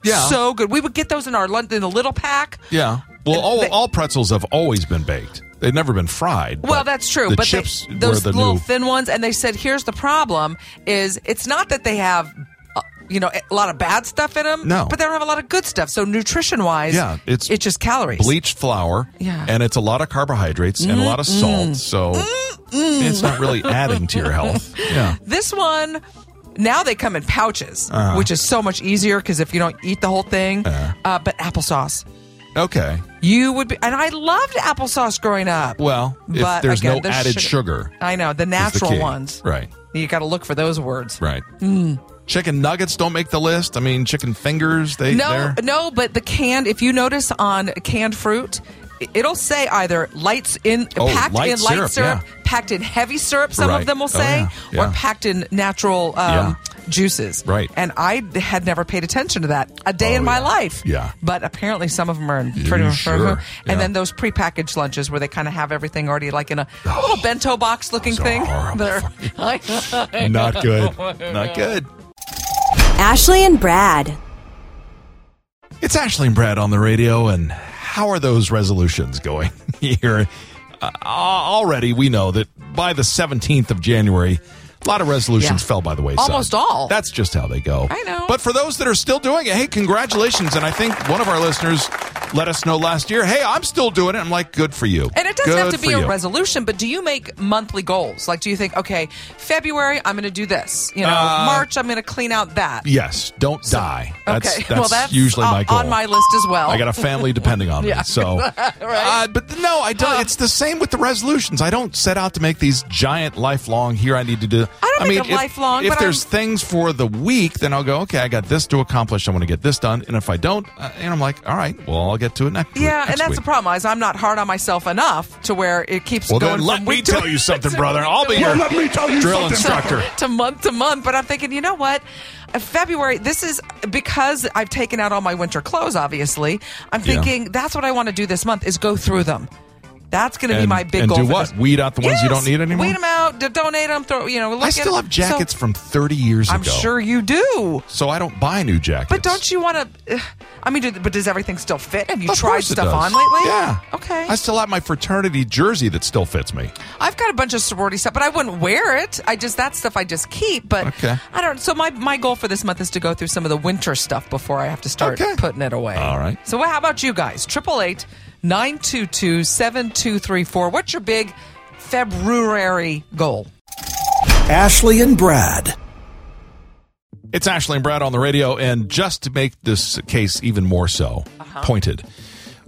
Speaker 1: Yeah.
Speaker 2: So good. We would get those in our lunch in the little pack.
Speaker 1: yeah. Well, all,
Speaker 2: They-
Speaker 1: all pretzels have always been baked. They've never been fried.
Speaker 2: Well,
Speaker 1: but
Speaker 2: that's true.
Speaker 1: The
Speaker 2: but they-
Speaker 1: chips were
Speaker 2: those
Speaker 1: the
Speaker 2: little
Speaker 1: new.
Speaker 2: thin ones, and they said, "Here's the problem: is it's not that they have." uh, You know, a lot of bad stuff in them.
Speaker 1: No.
Speaker 2: but they don't have a lot of good stuff. So nutrition wise,
Speaker 1: Yeah, it's
Speaker 2: it's just calories.
Speaker 1: bleached flour.
Speaker 2: Yeah.
Speaker 1: And it's a lot of carbohydrates and a lot of salt. So it's not really adding to your
Speaker 2: *laughs*
Speaker 1: health. Yeah.
Speaker 2: This one, now they come in pouches,
Speaker 1: Uh-huh.
Speaker 2: which is so much easier because if you don't eat the whole thing, uh but applesauce,
Speaker 1: Okay.
Speaker 2: you would be. And I loved applesauce growing up.
Speaker 1: Well, if
Speaker 2: But
Speaker 1: there's
Speaker 2: again,
Speaker 1: no
Speaker 2: the
Speaker 1: added
Speaker 2: sugar-
Speaker 1: sugar,
Speaker 2: I know the
Speaker 1: is the
Speaker 2: natural
Speaker 1: key.
Speaker 2: ones. Mm.
Speaker 1: Right,
Speaker 2: You got to look for those words.
Speaker 1: right. Chicken nuggets don't make the list. I mean, chicken fingers, they
Speaker 2: No,
Speaker 1: there.
Speaker 2: no, but the canned. If you notice on canned fruit, i- it'll say either lights in
Speaker 1: Oh,
Speaker 2: packed
Speaker 1: light
Speaker 2: in light syrup,
Speaker 1: syrup, yeah.
Speaker 2: packed in heavy syrup. Some
Speaker 1: Right.
Speaker 2: of them will
Speaker 1: Oh,
Speaker 2: say,
Speaker 1: yeah, yeah.
Speaker 2: or packed in natural um, juices.
Speaker 1: Right.
Speaker 2: And I had never paid attention to that a day
Speaker 1: Oh,
Speaker 2: in my
Speaker 1: yeah.
Speaker 2: life.
Speaker 1: Yeah.
Speaker 2: But apparently, some of them are in
Speaker 1: Yeah,
Speaker 2: pretty much.
Speaker 1: sure.
Speaker 2: And
Speaker 1: Yeah.
Speaker 2: then those prepackaged lunches where they kind of have everything already like in a little bento box looking
Speaker 1: Oh, those are
Speaker 2: thing.
Speaker 1: horrible
Speaker 2: *laughs* They're- *laughs*
Speaker 1: Not good. Not good.
Speaker 8: Ashley and Brad.
Speaker 1: It's Ashley and Brad on the radio, and how are those resolutions going *laughs* here? Uh, already, we know that by the 17th of January, a lot of resolutions
Speaker 2: Yeah.
Speaker 1: fell by the wayside.
Speaker 2: Almost all.
Speaker 1: That's just how they go.
Speaker 2: I know.
Speaker 1: But for those that are still doing it, hey, congratulations. And I think one of our listeners let us know last year, hey, I'm still doing it. I'm like, good for you.
Speaker 2: And it doesn't
Speaker 1: Good
Speaker 2: have to be
Speaker 1: for
Speaker 2: a
Speaker 1: you.
Speaker 2: resolution, but do you make monthly goals? Like, do you think, okay, February, I'm going to do this. You know,
Speaker 1: Uh,
Speaker 2: March, I'm going to clean out that.
Speaker 1: Yes, don't die. That's,
Speaker 2: okay.
Speaker 1: that's,
Speaker 2: well, that's
Speaker 1: usually
Speaker 2: o-
Speaker 1: my goal.
Speaker 2: on my list as well.
Speaker 1: I got a family depending on me.
Speaker 2: *laughs*
Speaker 1: So, uh, but no, I don't. It's the same with the resolutions. I don't set out to make these giant lifelong. Here, I need to do.
Speaker 2: I don't
Speaker 1: mean,
Speaker 2: make a
Speaker 1: if,
Speaker 2: lifelong,
Speaker 1: If
Speaker 2: but
Speaker 1: there's
Speaker 2: I'm-
Speaker 1: things for the week, then I'll go. Okay, I got this to accomplish. I want to get this done. And if I don't, uh, and I'm like, all right, well, I'll get to it next. week-
Speaker 2: yeah,
Speaker 1: next
Speaker 2: and that's
Speaker 1: week.
Speaker 2: the problem is I'm not hard on myself enough to where it keeps
Speaker 1: Well,
Speaker 2: going.
Speaker 1: then let
Speaker 2: from
Speaker 1: me
Speaker 2: week to
Speaker 1: tell you
Speaker 2: *laughs*
Speaker 1: something, brother. I'll be
Speaker 2: week.
Speaker 1: your drill
Speaker 2: *laughs*
Speaker 1: instructor.
Speaker 2: to month to month. But I'm thinking, you know what? Uh, February, this is because I've taken out all my winter clothes, obviously. I'm
Speaker 1: Yeah.
Speaker 2: thinking that's what I want to do this month is go through them. That's going to be
Speaker 1: And-
Speaker 2: my big
Speaker 1: and
Speaker 2: goal.
Speaker 1: do
Speaker 2: for
Speaker 1: what?
Speaker 2: this-
Speaker 1: Weed out the ones you don't need anymore?
Speaker 2: Weed them out, d- donate them, throw, you know, look
Speaker 1: I
Speaker 2: at
Speaker 1: still have
Speaker 2: So-
Speaker 1: jackets from 30 years
Speaker 2: I'm
Speaker 1: ago.
Speaker 2: sure you do.
Speaker 1: So I don't buy new jackets.
Speaker 2: But don't you want to? I mean, do, but does everything still fit? Have you
Speaker 1: Of
Speaker 2: tried
Speaker 1: course it does.
Speaker 2: stuff on lately?
Speaker 1: Yeah.
Speaker 2: Okay.
Speaker 1: I still have my fraternity jersey that still fits me.
Speaker 2: I've got a bunch of sorority stuff, but I wouldn't wear it. I just that stuff I just keep. But
Speaker 1: Okay.
Speaker 2: I don't. So my my goal for this month is to go through some of the winter stuff before I have to start
Speaker 1: Okay.
Speaker 2: putting it away.
Speaker 1: All right.
Speaker 2: So what, how about you guys? Triple eight nine two two seven two three four. What's your big February goal?
Speaker 4: Ashley and Brad.
Speaker 1: It's Ashley and Brad on the radio, and just to make this case even more so
Speaker 2: Uh-huh.
Speaker 1: pointed,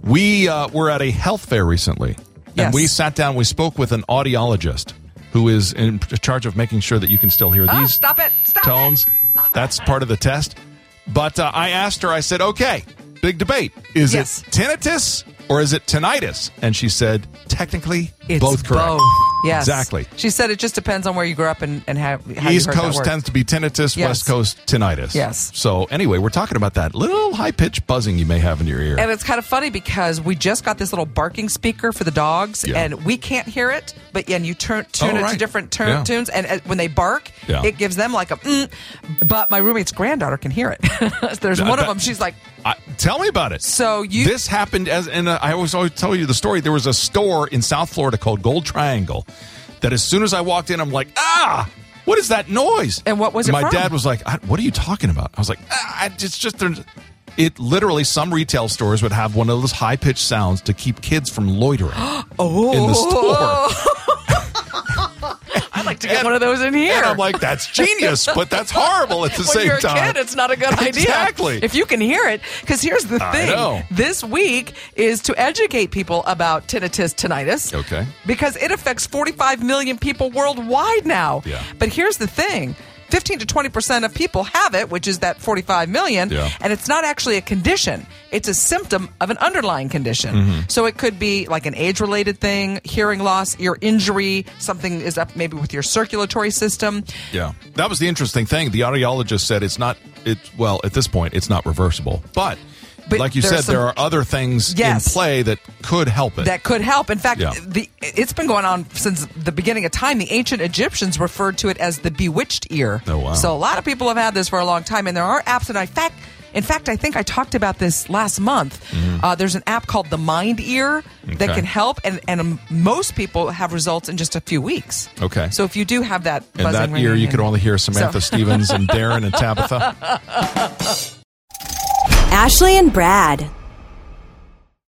Speaker 1: we uh, were at a health fair recently,
Speaker 2: Yes.
Speaker 1: and we sat down. We spoke with an audiologist who is in charge of making sure that you can still hear
Speaker 2: Oh,
Speaker 1: these
Speaker 2: stop it! Stop it.
Speaker 1: tones. That's part of the test. But uh, I asked her. I said, "Okay, big debate. Is
Speaker 2: Yes.
Speaker 1: it tinnitus or is it tinnitus?" And she said, "Technically,
Speaker 2: It's
Speaker 1: both correct.
Speaker 2: Both. Yes.
Speaker 1: exactly."
Speaker 2: She said it just depends on where you grew up and, and how, how you
Speaker 1: East
Speaker 2: heard that
Speaker 1: Coast
Speaker 2: word.
Speaker 1: tends to be tinnitus,
Speaker 2: Yes.
Speaker 1: West Coast tinnitus.
Speaker 2: Yes.
Speaker 1: So anyway, we're talking about that little high pitched buzzing you may have in your ear.
Speaker 2: And it's kind of funny because we just got this little barking speaker for the dogs,
Speaker 1: Yeah.
Speaker 2: and we can't hear it. But and you turn tune
Speaker 1: Oh,
Speaker 2: it to
Speaker 1: right.
Speaker 2: different turn,
Speaker 1: Yeah.
Speaker 2: tunes, and uh, when they bark,
Speaker 1: Yeah.
Speaker 2: it gives them like a. Mm, but my roommate's granddaughter can hear it. *laughs* There's
Speaker 1: Uh,
Speaker 2: one of
Speaker 1: that-
Speaker 2: them. She's like,
Speaker 1: I, tell me about it.
Speaker 2: So you-
Speaker 1: this happened as, and uh, I always always tell you the story. There was a store in South Florida called Gold Triangle. That as soon as I walked in, I'm like, ah, what is that noise?
Speaker 2: And what was it
Speaker 1: My
Speaker 2: from?
Speaker 1: dad was like, I, what are you talking about? I was like, ah, I- it's just there's- It literally, some retail stores would have one of those high pitched sounds to
Speaker 2: *gasps* Oh,
Speaker 1: keep kids from loitering in the store.
Speaker 2: I like
Speaker 1: like to get
Speaker 2: one of those in here.
Speaker 1: And I'm like, that's genius, but that's horrible at the
Speaker 2: when
Speaker 1: same
Speaker 2: you're a
Speaker 1: time.
Speaker 2: kid, it's not
Speaker 1: *laughs*
Speaker 2: a good idea.
Speaker 1: Exactly.
Speaker 2: If you can hear it, because here's the
Speaker 1: I
Speaker 2: thing.
Speaker 1: know.
Speaker 2: This week is to educate people about tinnitus, tinnitus.
Speaker 1: Okay.
Speaker 2: Because it affects 45 million people worldwide now.
Speaker 1: Yeah.
Speaker 2: But here's the thing. 15 to 20% of people have it, which is that 45 million,
Speaker 1: Yeah.
Speaker 2: and it's not actually a condition. It's a symptom of an underlying condition.
Speaker 1: Mm-hmm.
Speaker 2: So it could be like an age related thing, hearing loss, ear injury, something is up maybe with your circulatory system.
Speaker 1: Yeah, that was the interesting thing. The audiologist said it's not. It well, at this point, it's not reversible. But,
Speaker 2: But
Speaker 1: like you
Speaker 2: there's
Speaker 1: said,
Speaker 2: some-
Speaker 1: there are other things
Speaker 2: Yes.
Speaker 1: in play that could help it.
Speaker 2: that could help. In fact,
Speaker 1: Yeah.
Speaker 2: the it's been going on since the beginning of time. The ancient Egyptians referred to it as the bewitched ear.
Speaker 1: Oh, wow.
Speaker 2: So a lot of people have had this for a long time, and there are apps. And I fact, in fact, I think I talked about this last month. Uh, there's an app called the Mind Ear that
Speaker 1: Mm-hmm. Okay.
Speaker 2: can help, and and um, most people have results in just a few weeks.
Speaker 1: Okay.
Speaker 2: So if you do have that
Speaker 1: in
Speaker 2: buzzing
Speaker 1: that ear,
Speaker 2: ringing
Speaker 1: you could
Speaker 2: in-
Speaker 1: only hear Samantha
Speaker 2: *laughs*
Speaker 1: Stevens and Darren and Tabitha.
Speaker 8: Ashley and Brad.